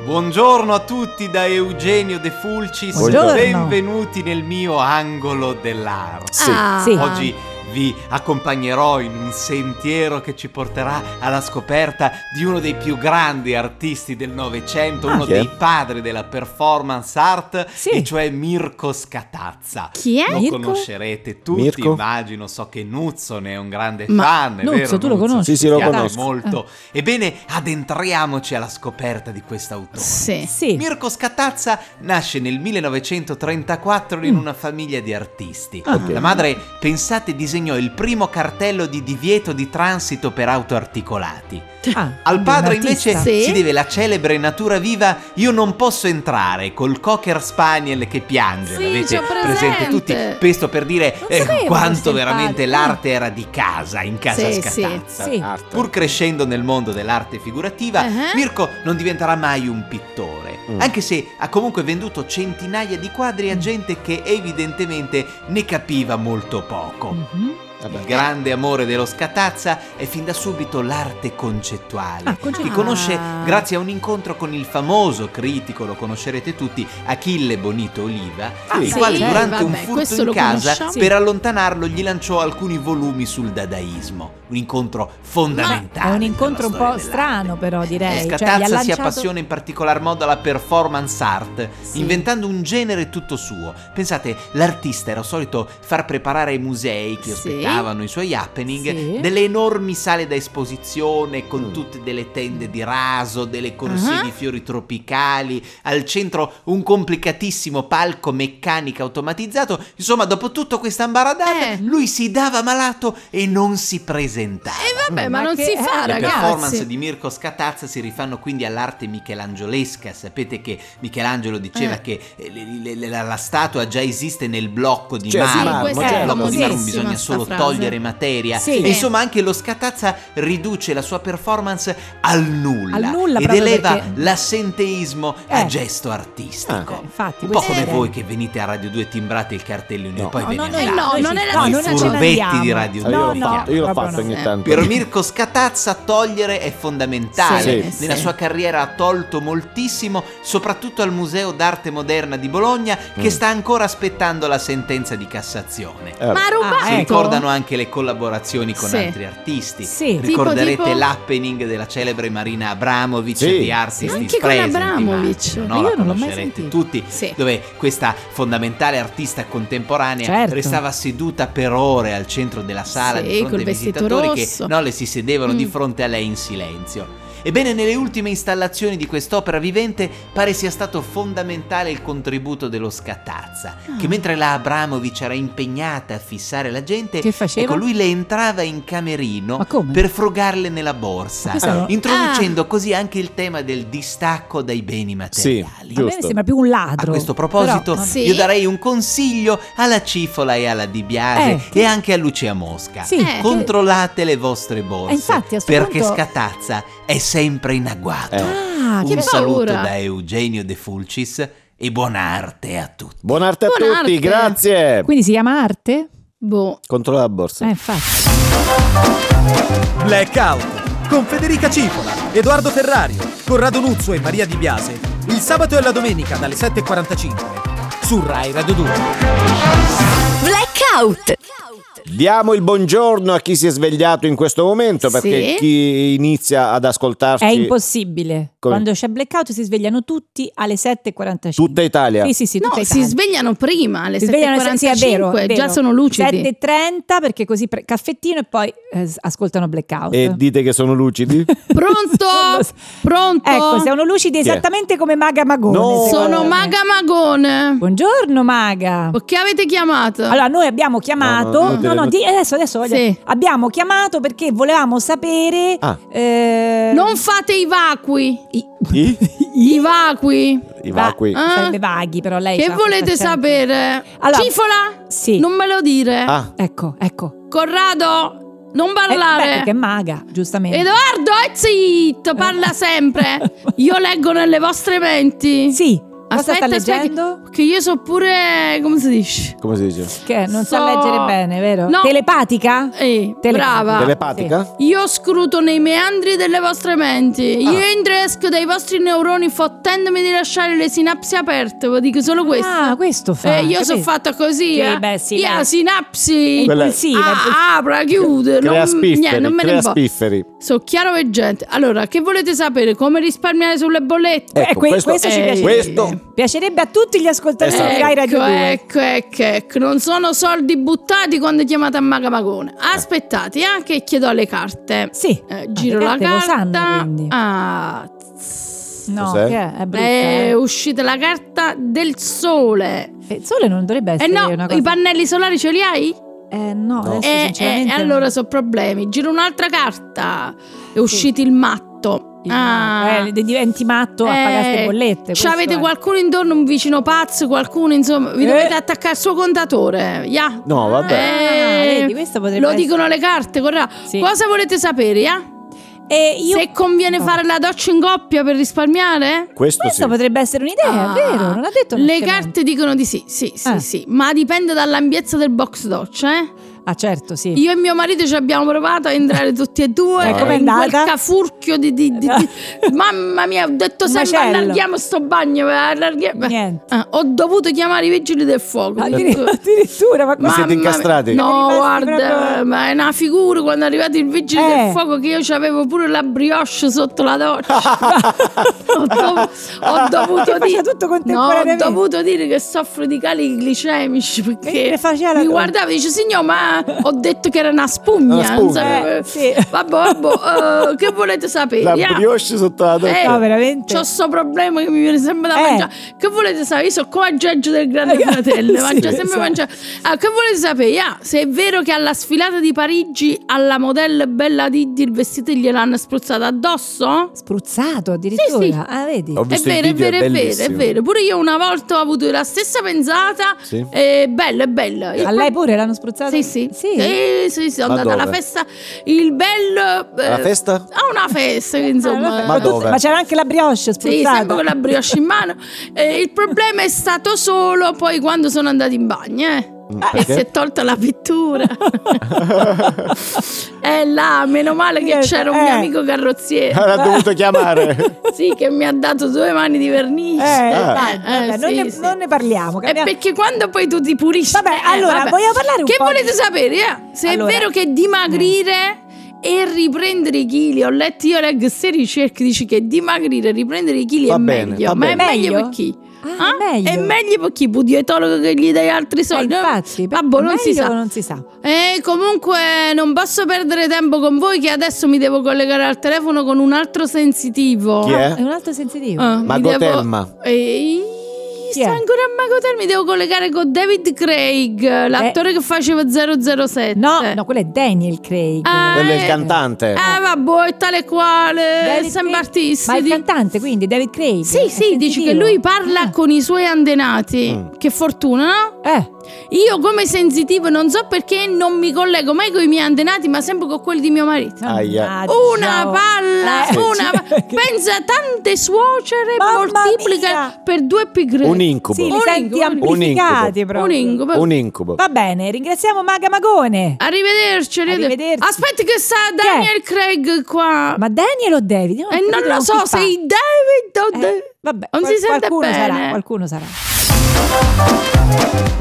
Speaker 8: Buongiorno a tutti da Eugenio De Fulcis,
Speaker 7: Buongiorno.
Speaker 8: benvenuti nel mio angolo dell'arte.
Speaker 3: Sì.
Speaker 4: Ah.
Speaker 7: Sì.
Speaker 8: Oggi vi accompagnerò in un sentiero che ci porterà alla scoperta di uno dei più grandi artisti del Novecento,
Speaker 3: Ah,
Speaker 8: uno
Speaker 3: chi è?
Speaker 8: dei padri della performance art,
Speaker 7: Sì.
Speaker 8: e cioè Mirko Scatazza.
Speaker 4: Chi è?
Speaker 8: Lo
Speaker 7: Mirko?
Speaker 8: conoscerete tutti,
Speaker 3: Mirko?
Speaker 8: immagino, so che Nuzzo ne è un grande
Speaker 4: Ma
Speaker 8: fan, è
Speaker 7: Nuzzo,
Speaker 8: vero?
Speaker 7: tu lo conosci?
Speaker 3: Sì, sì, lo
Speaker 8: Ti piace
Speaker 3: conosco.
Speaker 8: molto. Ebbene, addentriamoci alla scoperta di quest'autore.
Speaker 4: Sì.
Speaker 7: Sì. Ah,
Speaker 8: Mirko Scattazza nasce nel 1934 in una famiglia di artisti. La madre, pensate, disegnò il primo cartello di divieto di transito per auto articolati.
Speaker 7: Ah,
Speaker 8: Al
Speaker 7: quindi un
Speaker 8: padre
Speaker 7: artista.
Speaker 8: invece
Speaker 4: Sì.
Speaker 8: si deve la celebre natura viva Io non posso entrare col cocker spaniel che piange,
Speaker 4: Sì,
Speaker 8: l'avete
Speaker 4: c'ho presente.
Speaker 8: presente tutti. Questo per dire
Speaker 7: Non
Speaker 8: eh,
Speaker 7: sapevo questo
Speaker 8: quanto
Speaker 7: in
Speaker 8: veramente
Speaker 7: parte.
Speaker 8: l'arte era di casa, in casa
Speaker 4: Sì, sì,
Speaker 8: Scattazza.
Speaker 7: Sì.
Speaker 3: Arte.
Speaker 8: Pur crescendo nel mondo dell'arte figurativa,
Speaker 4: Eh.
Speaker 8: Mirko non diventerà mai un pittore,
Speaker 3: Mm.
Speaker 8: anche se ha comunque venduto centinaia di quadri a gente che evidentemente ne capiva molto poco.
Speaker 7: Mhm.
Speaker 8: Il
Speaker 3: Vabbè.
Speaker 8: grande amore dello Scatazza è fin da subito l'arte concettuale,
Speaker 7: Ah, concettuale.
Speaker 8: che conosce
Speaker 4: Ah.
Speaker 8: grazie a un incontro con il famoso critico, lo conoscerete tutti, Achille Bonito Oliva,
Speaker 3: Ah,
Speaker 8: il
Speaker 3: sì,
Speaker 8: quale
Speaker 7: eh,
Speaker 8: durante
Speaker 4: vabbè,
Speaker 8: un
Speaker 4: questo
Speaker 8: furto in
Speaker 4: lo
Speaker 8: casa,
Speaker 4: conosciamo.
Speaker 8: per allontanarlo, gli lanciò alcuni volumi sul dadaismo, un incontro fondamentale.
Speaker 7: È un
Speaker 8: per
Speaker 7: incontro un
Speaker 8: la storia
Speaker 7: po'
Speaker 8: dell'arte. Eh,
Speaker 7: strano, però direi. Cioè, gli ha
Speaker 8: Scatazza si
Speaker 7: lanciato-
Speaker 8: appassiona in particolar modo alla performance art,
Speaker 7: Sì.
Speaker 8: inventando un genere tutto suo. Pensate, l'artista era solito far preparare ai musei che
Speaker 4: Sì.
Speaker 8: ospitavano i suoi happening
Speaker 7: Sì.
Speaker 8: delle enormi sale da esposizione con
Speaker 3: Mm.
Speaker 8: tutte delle tende di raso, delle corsie
Speaker 4: Ah.
Speaker 8: di fiori tropicali, al centro un complicatissimo palco meccanico automatizzato. Insomma, dopo tutto questa ambaradata,
Speaker 4: Eh.
Speaker 8: lui si dava malato e non si presentava.
Speaker 4: E Eh, vabbè, ma,
Speaker 7: Ma
Speaker 4: non
Speaker 7: che-
Speaker 4: si fa,
Speaker 2: Ah,
Speaker 7: eh,
Speaker 8: Le performance
Speaker 4: ragazzi.
Speaker 8: di Mirko Scatazza si rifanno quindi all'arte michelangiolesca. Sapete che Michelangelo diceva
Speaker 4: Eh.
Speaker 8: che eh, le- le- le- la, la statua già esiste nel blocco di
Speaker 3: Cioè, sì,
Speaker 8: marmo.
Speaker 3: marmo,
Speaker 8: Cioè, il
Speaker 3: certo.
Speaker 8: blocco di marmo
Speaker 4: Famosissima
Speaker 8: bisogna
Speaker 4: sta
Speaker 8: solo
Speaker 4: frase.
Speaker 8: togliere materia.
Speaker 2: Sì.
Speaker 8: E Insomma, anche lo scatazza riduce la sua performance al nulla,
Speaker 2: Al nulla,
Speaker 8: ed
Speaker 2: proprio
Speaker 8: eleva
Speaker 2: perché-
Speaker 8: l'assenteismo a
Speaker 2: Eh.
Speaker 8: gesto artistico.
Speaker 2: Eh, infatti,
Speaker 8: un po'
Speaker 2: questo
Speaker 8: come
Speaker 2: è-
Speaker 8: voi che venite a Radio 2 timbrate il cartellino e poi ve ne
Speaker 2: no,
Speaker 8: andate.
Speaker 2: noi
Speaker 4: no,
Speaker 2: noi
Speaker 4: non
Speaker 2: sì.
Speaker 4: è la
Speaker 2: no,
Speaker 4: nostra-
Speaker 2: non ce
Speaker 8: I furbetti
Speaker 2: ne andiamo.
Speaker 8: di Radio
Speaker 3: Ah, io
Speaker 2: No,
Speaker 3: l'ho
Speaker 2: no,
Speaker 3: fatto, io l'ho
Speaker 2: proprio
Speaker 3: fatto
Speaker 2: no.
Speaker 3: ogni
Speaker 4: Eh,
Speaker 3: tanto.
Speaker 8: Per Mirko Scatazza togliere è fondamentale.
Speaker 3: Sì, sì.
Speaker 8: Nella sua carriera ha tolto moltissimo, soprattutto al Museo d'Arte Moderna di Bologna, che sta ancora aspettando la sentenza di Cassazione.
Speaker 3: Mm. Eh,
Speaker 4: Ma ha rubato.
Speaker 2: Ah,
Speaker 8: Si
Speaker 2: ecco.
Speaker 8: ricordano anche le collaborazioni con
Speaker 4: Sì.
Speaker 8: altri artisti.
Speaker 2: Sì.
Speaker 4: Tipo,
Speaker 8: Ricorderete
Speaker 4: tipo?
Speaker 8: l'happening della celebre Marina Abramovic
Speaker 3: Sì.
Speaker 8: di Artist
Speaker 4: Sì.
Speaker 8: is
Speaker 4: Anche con
Speaker 8: Present,
Speaker 4: Abramovic.
Speaker 8: immagino,
Speaker 2: Ma
Speaker 8: No? La
Speaker 2: io non l'ho mai
Speaker 8: conoscerete
Speaker 2: sentita.
Speaker 8: tutti.
Speaker 4: Sì.
Speaker 8: Dove questa fondamentale artista contemporanea
Speaker 2: Certo.
Speaker 8: restava seduta per ore al centro della sala
Speaker 4: Sì,
Speaker 8: di fronte
Speaker 4: col
Speaker 8: ai
Speaker 4: vestito
Speaker 8: visitatori
Speaker 4: rosso.
Speaker 8: che no, le si sedevano di
Speaker 4: Mm.
Speaker 8: fronte a lei in silenzio. Ebbene, nelle ultime installazioni di quest'opera vivente pare sia stato fondamentale il contributo dello Scatazza,
Speaker 4: Ah.
Speaker 8: che mentre la Abramovic era impegnata a fissare la gente,
Speaker 2: Che faceva?
Speaker 8: ecco, lui le entrava in camerino
Speaker 2: Ma come?
Speaker 8: per frugarle nella borsa,
Speaker 2: Questo non-
Speaker 8: introducendo
Speaker 4: Ah.
Speaker 8: così anche il tema del distacco dai beni
Speaker 3: Sì,
Speaker 8: materiali.
Speaker 2: A me
Speaker 3: Giusto.
Speaker 2: sembra più un ladro.
Speaker 8: A questo proposito,
Speaker 2: Però-
Speaker 4: Sì.
Speaker 8: io darei un consiglio alla Cifola e alla Di Biase
Speaker 2: Eh, che-
Speaker 8: e anche a Lucia Mosca.
Speaker 2: Sì,
Speaker 4: Eh.
Speaker 8: Controllate le vostre
Speaker 2: Eh,
Speaker 8: borse.
Speaker 2: infatti, a sto
Speaker 8: perché
Speaker 2: punto-
Speaker 8: Scatazza è sempre in agguato.
Speaker 3: Eh.
Speaker 2: Ah,
Speaker 8: un
Speaker 2: che
Speaker 8: saluto
Speaker 4: paura.
Speaker 8: da Eugenio De Fulcis e buon'arte a tutti.
Speaker 3: Buonarte a
Speaker 4: Buonarte.
Speaker 3: tutti, grazie.
Speaker 2: Quindi si chiama arte?
Speaker 4: Boh.
Speaker 3: Controlla la borsa.
Speaker 2: Eh, infatti.
Speaker 6: Blackout con Federica Cipola, Edoardo Ferrario, Corrado Nuzzo e Maria Di Biase. Il sabato e la domenica dalle 7.45 su Rai Radio 2.
Speaker 1: Blackout.
Speaker 3: Diamo il buongiorno a chi si è svegliato in questo momento perché
Speaker 4: Sì.
Speaker 3: chi inizia ad ascoltarci
Speaker 2: È impossibile.
Speaker 3: Ah, Come?
Speaker 2: Quando c'è blackout si svegliano tutti alle 7.45.
Speaker 3: tutta Italia.
Speaker 2: Sì, sì, sì, tutta
Speaker 4: No, si
Speaker 2: Italia.
Speaker 4: svegliano prima alle
Speaker 2: Si svegliano alle
Speaker 4: 7.45,
Speaker 2: se- sì, è vero, è
Speaker 4: già
Speaker 2: vero.
Speaker 4: sono lucidi.
Speaker 2: 7.30 perché così pre- caffettino e poi eh, s- ascoltano blackout.
Speaker 3: E dite che sono lucidi?
Speaker 2: Non lo
Speaker 4: Pronto?
Speaker 2: so.
Speaker 4: Pronto?
Speaker 2: Ecco, siamo lucidi
Speaker 3: Chi è?
Speaker 2: esattamente come Maga Magone.
Speaker 3: No.
Speaker 2: secondo
Speaker 4: Sono
Speaker 2: me.
Speaker 4: Maga Magone.
Speaker 2: Buongiorno Maga.
Speaker 4: Che avete chiamato?
Speaker 2: Allora, noi abbiamo
Speaker 3: No, no,
Speaker 2: chiamato.
Speaker 3: no,
Speaker 2: No, no, di- adesso, adesso voglio-
Speaker 4: Sì.
Speaker 2: abbiamo chiamato perché volevamo sapere.
Speaker 3: Ah.
Speaker 2: eh,
Speaker 4: non fate i vacui.
Speaker 2: i, Eh,
Speaker 3: I,
Speaker 4: I vacui.
Speaker 3: I vacui.
Speaker 4: Ah.
Speaker 2: Sarebbe vaghi, però lei.
Speaker 4: Che
Speaker 2: c'ha
Speaker 4: volete
Speaker 2: questo accento.
Speaker 4: sapere?
Speaker 2: Allora-
Speaker 4: Cifola?
Speaker 2: Sì.
Speaker 4: Non me lo dire.
Speaker 3: Ah,
Speaker 2: Ecco, ecco.
Speaker 4: Corrado, non
Speaker 2: Eh, beh,
Speaker 4: parlare.
Speaker 2: perché è maga, giustamente.
Speaker 4: Edoardo, è zitto, parla sempre. Io leggo nelle vostre menti.
Speaker 2: Sì. Cosa
Speaker 4: Aspetta,
Speaker 2: sta
Speaker 4: aspetta,
Speaker 2: leggendo?
Speaker 4: Che io so pure. come si dice?
Speaker 3: come si dice?
Speaker 2: Che Eh, non sa
Speaker 4: So-
Speaker 2: leggere bene, vero?
Speaker 4: No.
Speaker 2: Telepatica?
Speaker 4: Eh,
Speaker 2: Telepatica.
Speaker 4: brava.
Speaker 3: Telepatica?
Speaker 4: Io scruto nei meandri delle vostre menti.
Speaker 2: Ah.
Speaker 4: Io entro e esco dai vostri neuroni fottendomi di lasciare le sinapsi aperte. Vi dico solo questo.
Speaker 2: Ah, questo fa.
Speaker 4: Eh, io sono
Speaker 2: capito?
Speaker 4: fatta così.
Speaker 2: Sì,
Speaker 4: eh.
Speaker 2: beh, sì,
Speaker 4: io
Speaker 2: beh.
Speaker 4: la sinapsi.
Speaker 3: Quella-
Speaker 2: Impulsiva,
Speaker 4: Ah, apra, chiude.
Speaker 3: Crea
Speaker 4: non, niente,
Speaker 3: spifferi,
Speaker 4: non me ne
Speaker 3: crea
Speaker 4: importa.
Speaker 3: spifferi.
Speaker 4: So chiaro e gente. Allora, che volete sapere? Come risparmiare sulle bollette?
Speaker 2: Eh,
Speaker 3: Ecco,
Speaker 2: que-
Speaker 3: questo-
Speaker 2: questo, ci
Speaker 4: Eh,
Speaker 2: piacerebbe.
Speaker 3: questo-
Speaker 2: Piacerebbe a tutti gli ascoltatori
Speaker 3: Esatto.
Speaker 2: di Rai Radio 2.
Speaker 4: ecco, ecco, ecco. Non sono soldi buttati quando chiamate a Maga Magone. Aspettate, eh, che chiedo alle carte.
Speaker 2: Sì.
Speaker 4: Eh,
Speaker 2: Ah,
Speaker 4: giro
Speaker 2: le
Speaker 4: la
Speaker 2: carte
Speaker 4: carta.
Speaker 2: lo sanno, quindi.
Speaker 4: Ah,
Speaker 2: No,
Speaker 3: Cos'è?
Speaker 2: che è, è brutta.
Speaker 4: è
Speaker 2: eh.
Speaker 4: uscita la carta del sole.
Speaker 2: Eh, Il sole non dovrebbe
Speaker 4: Eh
Speaker 2: essere
Speaker 4: no,
Speaker 2: una cosa.
Speaker 4: i pannelli solari ce li hai?
Speaker 2: eh no, adesso
Speaker 4: Eh, eh,
Speaker 2: sinceramente
Speaker 4: allora
Speaker 2: no.
Speaker 4: sono problemi. Giro un'altra carta. È uscito il matto.
Speaker 2: Il-
Speaker 4: ah.
Speaker 2: eh, diventi matto a pagare
Speaker 4: Eh,
Speaker 2: queste bollette.
Speaker 4: ci avete
Speaker 2: qualcosa
Speaker 4: qualcuno intorno, un vicino pazzo, qualcuno, insomma, vi
Speaker 2: Eh.
Speaker 4: dovete attaccare il suo contatore. ya.
Speaker 3: No, vabbè.
Speaker 4: Ah, Eh,
Speaker 2: Ah, vedi, questo potrebbe
Speaker 4: Lo
Speaker 2: essere-
Speaker 4: dicono le carte, corretto.
Speaker 2: Sì.
Speaker 4: Cosa volete sapere? ya?
Speaker 2: Eh, io-
Speaker 4: Se conviene
Speaker 2: no.
Speaker 4: fare la doccia in coppia per risparmiare?
Speaker 3: Questo
Speaker 2: Questa
Speaker 3: sì.
Speaker 2: potrebbe essere un'idea,
Speaker 4: Ah.
Speaker 2: Eh, è vero? Non ha detto
Speaker 4: Le
Speaker 2: nessuno.
Speaker 4: carte dicono di sì, sì, sì,
Speaker 2: Ah.
Speaker 4: sì, ma dipende dall'ampiezza del box doccia, eh?
Speaker 2: Ah, certo, sì.
Speaker 4: Io e mio marito ci abbiamo provato a entrare tutti e due.
Speaker 3: Eh, com'è
Speaker 4: in quel
Speaker 2: andata? Esatto.
Speaker 4: cafurchio di, di- di- di- Mamma mia, ho detto
Speaker 2: Un
Speaker 4: sempre
Speaker 2: macello.
Speaker 4: allarghiamo sto bagno. Allarghiamo.
Speaker 2: Niente.
Speaker 4: Ah, ho dovuto chiamare i vigili del fuoco. ho
Speaker 2: Addir-
Speaker 4: detto,
Speaker 2: Ah, Addirittura, ma
Speaker 3: Ma
Speaker 2: così.
Speaker 3: siete
Speaker 4: "Mamma mia".
Speaker 3: incastrati?
Speaker 4: No,
Speaker 2: Siete rimasti
Speaker 4: guarda,
Speaker 2: proprio-
Speaker 4: ma è una figura quando è arrivato il vigile del
Speaker 2: Eh.
Speaker 4: fuoco che io avevo pure la brioche sotto la doccia. ho, dov- ho dovuto
Speaker 2: Che faceva
Speaker 4: dire
Speaker 2: tutto
Speaker 4: No, ho
Speaker 2: contemporaneamente.
Speaker 4: dovuto dire che soffro di cali glicemici perché
Speaker 2: Mentre faceva la
Speaker 4: mi
Speaker 2: doccia.
Speaker 4: guardava e dice signor ma ho detto che era una spugna,
Speaker 3: Una
Speaker 4: non
Speaker 3: spugna.
Speaker 4: sapevo-
Speaker 2: Eh, sì.
Speaker 4: vabbè, vabbè eh, che volete sapere
Speaker 3: La
Speaker 4: Ah,
Speaker 3: brioche sotto la doccia.
Speaker 4: eh,
Speaker 2: No, veramente.
Speaker 4: C'ho sto problema che mi viene sempre da
Speaker 2: Eh.
Speaker 4: mangiare. Che volete sapere? Io sono come a Giorgio del Grande Fratello,
Speaker 2: Sì,
Speaker 4: mangio sempre
Speaker 2: esatto.
Speaker 4: mangiare. Ah, che volete sapere? Ah, se è vero che alla sfilata di Parigi alla modella Bella Diddy il vestito gliel'hanno spruzzato addosso?
Speaker 2: Spruzzato addirittura.
Speaker 4: Sì, sì.
Speaker 2: Ah, vedi?
Speaker 3: Ho
Speaker 4: È
Speaker 3: visto il
Speaker 4: vero, è
Speaker 3: video,
Speaker 4: vero, è vero, è
Speaker 3: bellissimo.
Speaker 4: vero. Pure io una volta ho avuto la stessa pensata.
Speaker 3: Sì.
Speaker 4: È bello, è bello. Io
Speaker 2: A lei pure l'hanno spruzzato?
Speaker 4: Sì, Eh, sì, ieri.
Speaker 2: Sì?
Speaker 4: Sì, sì, sì, sono
Speaker 3: Ma
Speaker 4: andata alla
Speaker 3: dove?
Speaker 4: festa. Il bel. eh,
Speaker 3: Alla festa?
Speaker 4: A una festa,
Speaker 2: Ah,
Speaker 4: insomma.
Speaker 3: Ma dove?
Speaker 2: Ma c'era anche la brioche
Speaker 4: Sì, sempre
Speaker 2: spruzzata.
Speaker 4: con la brioche in mano. Eh, il problema è stato solo poi quando sono andati in bagno, eh. E si
Speaker 3: Mm, Perché?
Speaker 4: è tolta la pittura. e là, meno male che
Speaker 2: Niente,
Speaker 4: c'era un
Speaker 2: eh.
Speaker 4: mio amico carrozziere.
Speaker 3: Ah, L'ha dovuto chiamare.
Speaker 4: Sì, che mi ha dato due mani di vernice.
Speaker 2: Eh,
Speaker 4: Eh,
Speaker 2: dai, vabbè,
Speaker 4: eh,
Speaker 2: non,
Speaker 4: sì,
Speaker 2: ne,
Speaker 4: sì.
Speaker 2: non ne parliamo.
Speaker 4: Eh,
Speaker 2: cambiamo-
Speaker 4: perché quando poi tu ti pulisci.
Speaker 2: Vabbè,
Speaker 4: eh,
Speaker 2: allora, vogliamo parlare un
Speaker 4: che
Speaker 2: po' di-
Speaker 4: volete sapere? eh? Se
Speaker 2: Allora.
Speaker 4: è vero che dimagrire e riprendere i chili, ho letto io le queste ricerche, dici che dimagrire e riprendere i chili
Speaker 3: Va
Speaker 4: è
Speaker 3: bene,
Speaker 4: meglio.
Speaker 3: va
Speaker 4: Ma è
Speaker 2: bene.
Speaker 4: meglio,
Speaker 2: Meglio?
Speaker 4: per chi?
Speaker 2: Ah,
Speaker 4: Ah,
Speaker 2: meglio.
Speaker 4: È meglio per chi? Un dietologo che gli dai altri
Speaker 2: Eh,
Speaker 4: soldi?
Speaker 2: infatti, per-
Speaker 4: Babbo, non si
Speaker 2: meglio
Speaker 4: sa.
Speaker 2: non si sa.
Speaker 4: Eh, comunque non posso perdere tempo con voi che adesso mi devo collegare al telefono con un altro sensitivo.
Speaker 3: Chi è?
Speaker 2: È un altro sensitivo.
Speaker 4: Eh. Ah, mi
Speaker 3: Mago
Speaker 4: devo-
Speaker 3: Telma.
Speaker 4: Ehi,
Speaker 2: Chi è?
Speaker 4: sta ancora a Mago Telma, mi devo collegare con David Craig, l'attore che faceva 007.
Speaker 2: Eh. No, no, quello è Daniel Craig.
Speaker 4: eh. Ah,
Speaker 3: Quello è il
Speaker 4: eh.
Speaker 3: cantante.
Speaker 4: Eh, vabbè, è tale e quale,
Speaker 2: David
Speaker 4: sembra
Speaker 2: Craig- Ma
Speaker 4: artistico.
Speaker 2: il cantante, eh, quindi David Craig.
Speaker 4: Sì,
Speaker 2: è
Speaker 4: sì, dici
Speaker 2: sensitivo.
Speaker 4: che lui parla
Speaker 2: Ah,
Speaker 4: con i suoi antenati.
Speaker 3: Mm.
Speaker 4: Che fortuna, no?
Speaker 2: Eh,
Speaker 4: Io come sensitivo non so perché non mi collego mai con i miei antenati, ma sempre con quelli di mio marito.
Speaker 3: Aia.
Speaker 2: mannaggia.
Speaker 4: Una palla,
Speaker 2: Ah, diciamo. Eh,
Speaker 4: una pa- Pensa tante suocere
Speaker 2: Mamma
Speaker 4: moltiplica
Speaker 2: mia.
Speaker 4: per due pigre.
Speaker 3: Un
Speaker 2: Sì,
Speaker 3: incubo.
Speaker 2: li
Speaker 4: Un
Speaker 2: senti
Speaker 4: incubo,
Speaker 3: un incubo.
Speaker 2: amplificati proprio.
Speaker 4: Un incubo.
Speaker 3: Un incubo.
Speaker 2: Va bene, ringraziamo Maga Magone.
Speaker 4: Arrivederci,
Speaker 2: Arrivederci.
Speaker 4: Aspetta che sta
Speaker 2: Chi è?
Speaker 4: Daniel Craig qua.
Speaker 2: Ma Daniel o David? Io ho
Speaker 4: e Ah. Eh, non
Speaker 2: capito
Speaker 4: lo
Speaker 2: chi
Speaker 4: so,
Speaker 2: fa.
Speaker 4: sei David o
Speaker 2: Eh,
Speaker 4: David.
Speaker 2: vabbè,
Speaker 4: non
Speaker 2: qual-
Speaker 4: si sente
Speaker 2: qualcuno
Speaker 4: bene.
Speaker 2: sarà, qualcuno sarà.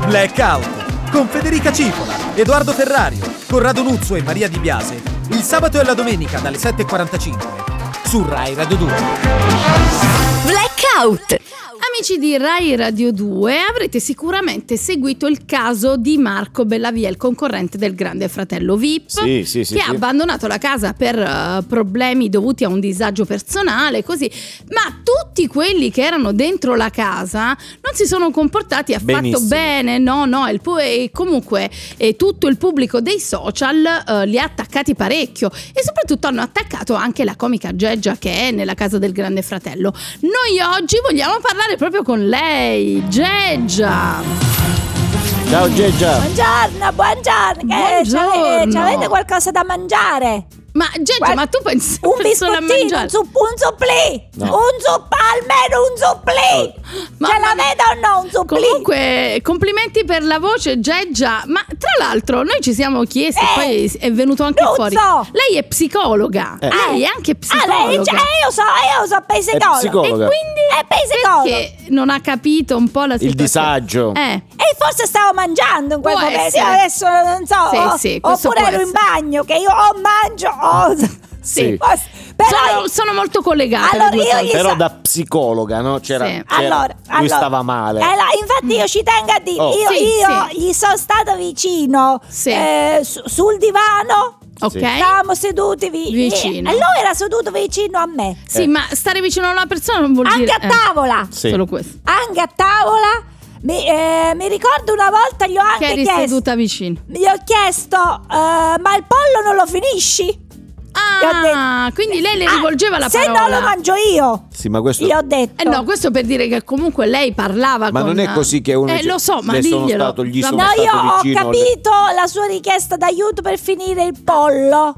Speaker 6: Blackout con Federica Cipola, Edoardo Ferrario, Corrado Nuzzo e Maria Di Biase. Il sabato e la domenica dalle 7.45 su Rai Radio 2.
Speaker 1: Blackout.
Speaker 4: Amici di Rai Radio 2, avrete sicuramente seguito il caso di Marco Bellavia, il concorrente del Grande Fratello VIP,
Speaker 3: Sì, sì, sì,
Speaker 4: che
Speaker 3: sì.
Speaker 4: ha abbandonato la casa per eh, problemi dovuti a un disagio personale, così. Ma tutti quelli che erano dentro la casa non si sono comportati affatto
Speaker 3: Benissimo.
Speaker 4: bene, no, no, il pu- e comunque eh, tutto il pubblico dei social eh, li ha attaccati parecchio e soprattutto hanno attaccato anche la comica Geggia che è nella casa del Grande Fratello. Noi oggi vogliamo parlare proprio con lei, Geggia.
Speaker 3: Ciao Geggia.
Speaker 2: Buongiorno, buongiorno.
Speaker 4: Buongiorno.
Speaker 2: c'ave- eh, c'avete qualcosa da mangiare?
Speaker 4: Ma Geggia,
Speaker 2: Guarda,
Speaker 4: Eh, ma tu pensi
Speaker 2: Un
Speaker 4: sempre solo a
Speaker 2: biscottino,
Speaker 4: mangiare?
Speaker 2: un, supp- un supplì.
Speaker 3: No.
Speaker 2: Un supplì, almeno un supplì. Ce
Speaker 4: Mamma mia.
Speaker 2: l'avete o no un supplì?
Speaker 4: Oh. Comunque, complimenti per la voce, Geggia. Ma tra l'altro, noi ci siamo chiesti,
Speaker 2: Eh,
Speaker 4: poi è venuto anche
Speaker 2: Luzzo!
Speaker 4: fuori. Lei è psicologa.
Speaker 3: Eh.
Speaker 4: Lei è anche
Speaker 2: Ah,
Speaker 4: psicologa.
Speaker 2: lei, cioè, io so, io so
Speaker 3: È
Speaker 2: psicologo.
Speaker 3: psicologo.
Speaker 4: E
Speaker 3: psicologa.
Speaker 4: quindi
Speaker 2: È psicologo.
Speaker 4: perché non ha capito un po' la situazione.
Speaker 3: Il disagio.
Speaker 4: Eh.
Speaker 2: E forse stavo mangiando in quel
Speaker 4: Può
Speaker 2: momento. Io
Speaker 4: essere.
Speaker 2: adesso non so.
Speaker 4: Sì,
Speaker 2: o-
Speaker 4: sì, questo
Speaker 2: oppure
Speaker 4: può
Speaker 2: ero in
Speaker 4: essere.
Speaker 2: bagno che io o mangio o.
Speaker 3: Sì.
Speaker 2: Però
Speaker 4: Sono, sono molto collegata.
Speaker 2: Allora,
Speaker 4: le due
Speaker 2: io
Speaker 4: cose.
Speaker 2: gli-
Speaker 3: Però
Speaker 2: sa-
Speaker 3: da psicologa, no? C'era,
Speaker 4: Sì.
Speaker 3: c'era-
Speaker 2: allora,
Speaker 3: Cioè, lui
Speaker 2: allora.
Speaker 3: stava male.
Speaker 2: Eh, là, infatti io ci tengo a dire,
Speaker 3: Oh.
Speaker 2: io,
Speaker 4: Sì,
Speaker 2: io
Speaker 4: sì.
Speaker 2: gli sono stata vicino
Speaker 4: Sì.
Speaker 2: eh, su- sul divano,
Speaker 4: Ok?
Speaker 2: stavamo seduti vi-
Speaker 4: Vicino.
Speaker 2: E lui era seduto vicino a me,
Speaker 4: Sì,
Speaker 3: Eh.
Speaker 4: ma stare vicino a una persona non vuol
Speaker 2: anche
Speaker 4: dire.
Speaker 2: a
Speaker 4: eh,
Speaker 2: tavola,
Speaker 3: Sì.
Speaker 4: Solo questo.
Speaker 2: anche a tavola. Mi, eh, mi ricordo una volta gli ho
Speaker 4: Che
Speaker 2: anche
Speaker 4: eri
Speaker 2: chiesto,
Speaker 4: seduta vicino.
Speaker 2: gli ho chiesto, eh, ma il pollo non lo finisci? Gli ho
Speaker 4: Ah,
Speaker 2: detto-
Speaker 4: quindi lei le
Speaker 2: Ah,
Speaker 4: rivolgeva la
Speaker 2: se
Speaker 4: parola.
Speaker 2: no lo mangio io,
Speaker 3: Sì, ma questo...
Speaker 2: gli ho detto.
Speaker 4: Eh no, questo per dire che comunque lei parlava
Speaker 3: Ma
Speaker 4: con
Speaker 3: non è così che uno
Speaker 4: Eh
Speaker 3: dice,
Speaker 4: lo so, ma
Speaker 3: le sono
Speaker 4: diglielo.
Speaker 3: stato- gli
Speaker 4: Ma-
Speaker 3: sono
Speaker 2: No,
Speaker 3: stato
Speaker 2: io ho
Speaker 3: vicino. cioè
Speaker 2: capito la sua richiesta d'aiuto per finire il pollo.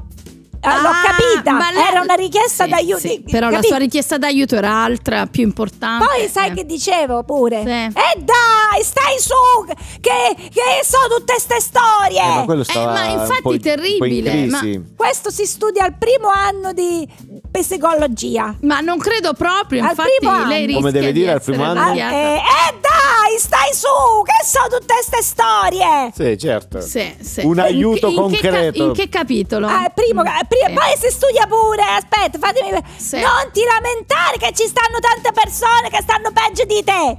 Speaker 2: Eh,
Speaker 4: Ah,
Speaker 2: L'ho capita,
Speaker 4: ma lei-
Speaker 2: era una richiesta
Speaker 4: Sì,
Speaker 2: d'aiuto.
Speaker 4: sì,
Speaker 2: di-
Speaker 4: Però la
Speaker 2: capito?
Speaker 4: sua richiesta d'aiuto era altra, più importante.
Speaker 2: Poi sai che dicevo pure?
Speaker 4: Sì.
Speaker 2: E dai, stai su, che, che so tutte ste storie.
Speaker 3: Eh, ma quello
Speaker 4: Eh,
Speaker 3: stava
Speaker 4: ma
Speaker 3: un
Speaker 4: infatti
Speaker 3: po' in-
Speaker 4: terribile,
Speaker 3: un po' in
Speaker 4: ma-
Speaker 3: crisi.
Speaker 2: Questo si studia al primo anno di psicologia.
Speaker 4: Eh, Ma non credo proprio,
Speaker 2: Al
Speaker 4: infatti
Speaker 2: primo anno.
Speaker 4: lei rischia
Speaker 3: Come deve
Speaker 4: di
Speaker 3: dire, al
Speaker 4: essere
Speaker 3: primo anno?
Speaker 2: Ah,
Speaker 4: arrabbiata.
Speaker 2: eh, eh, dai, stai su, che so tutte ste storie.
Speaker 3: Sì, certo.
Speaker 4: Sì, sì.
Speaker 3: Un
Speaker 4: In-
Speaker 3: aiuto
Speaker 4: in che ca-
Speaker 3: concreto.
Speaker 4: in che capitolo?
Speaker 2: Ah, primo,
Speaker 4: Mm,
Speaker 2: primo-
Speaker 4: sì.
Speaker 2: poi si studia pure. Aspetta, fatemi.
Speaker 4: Sì.
Speaker 2: Non ti lamentare che ci stanno tante persone che stanno peggio di te.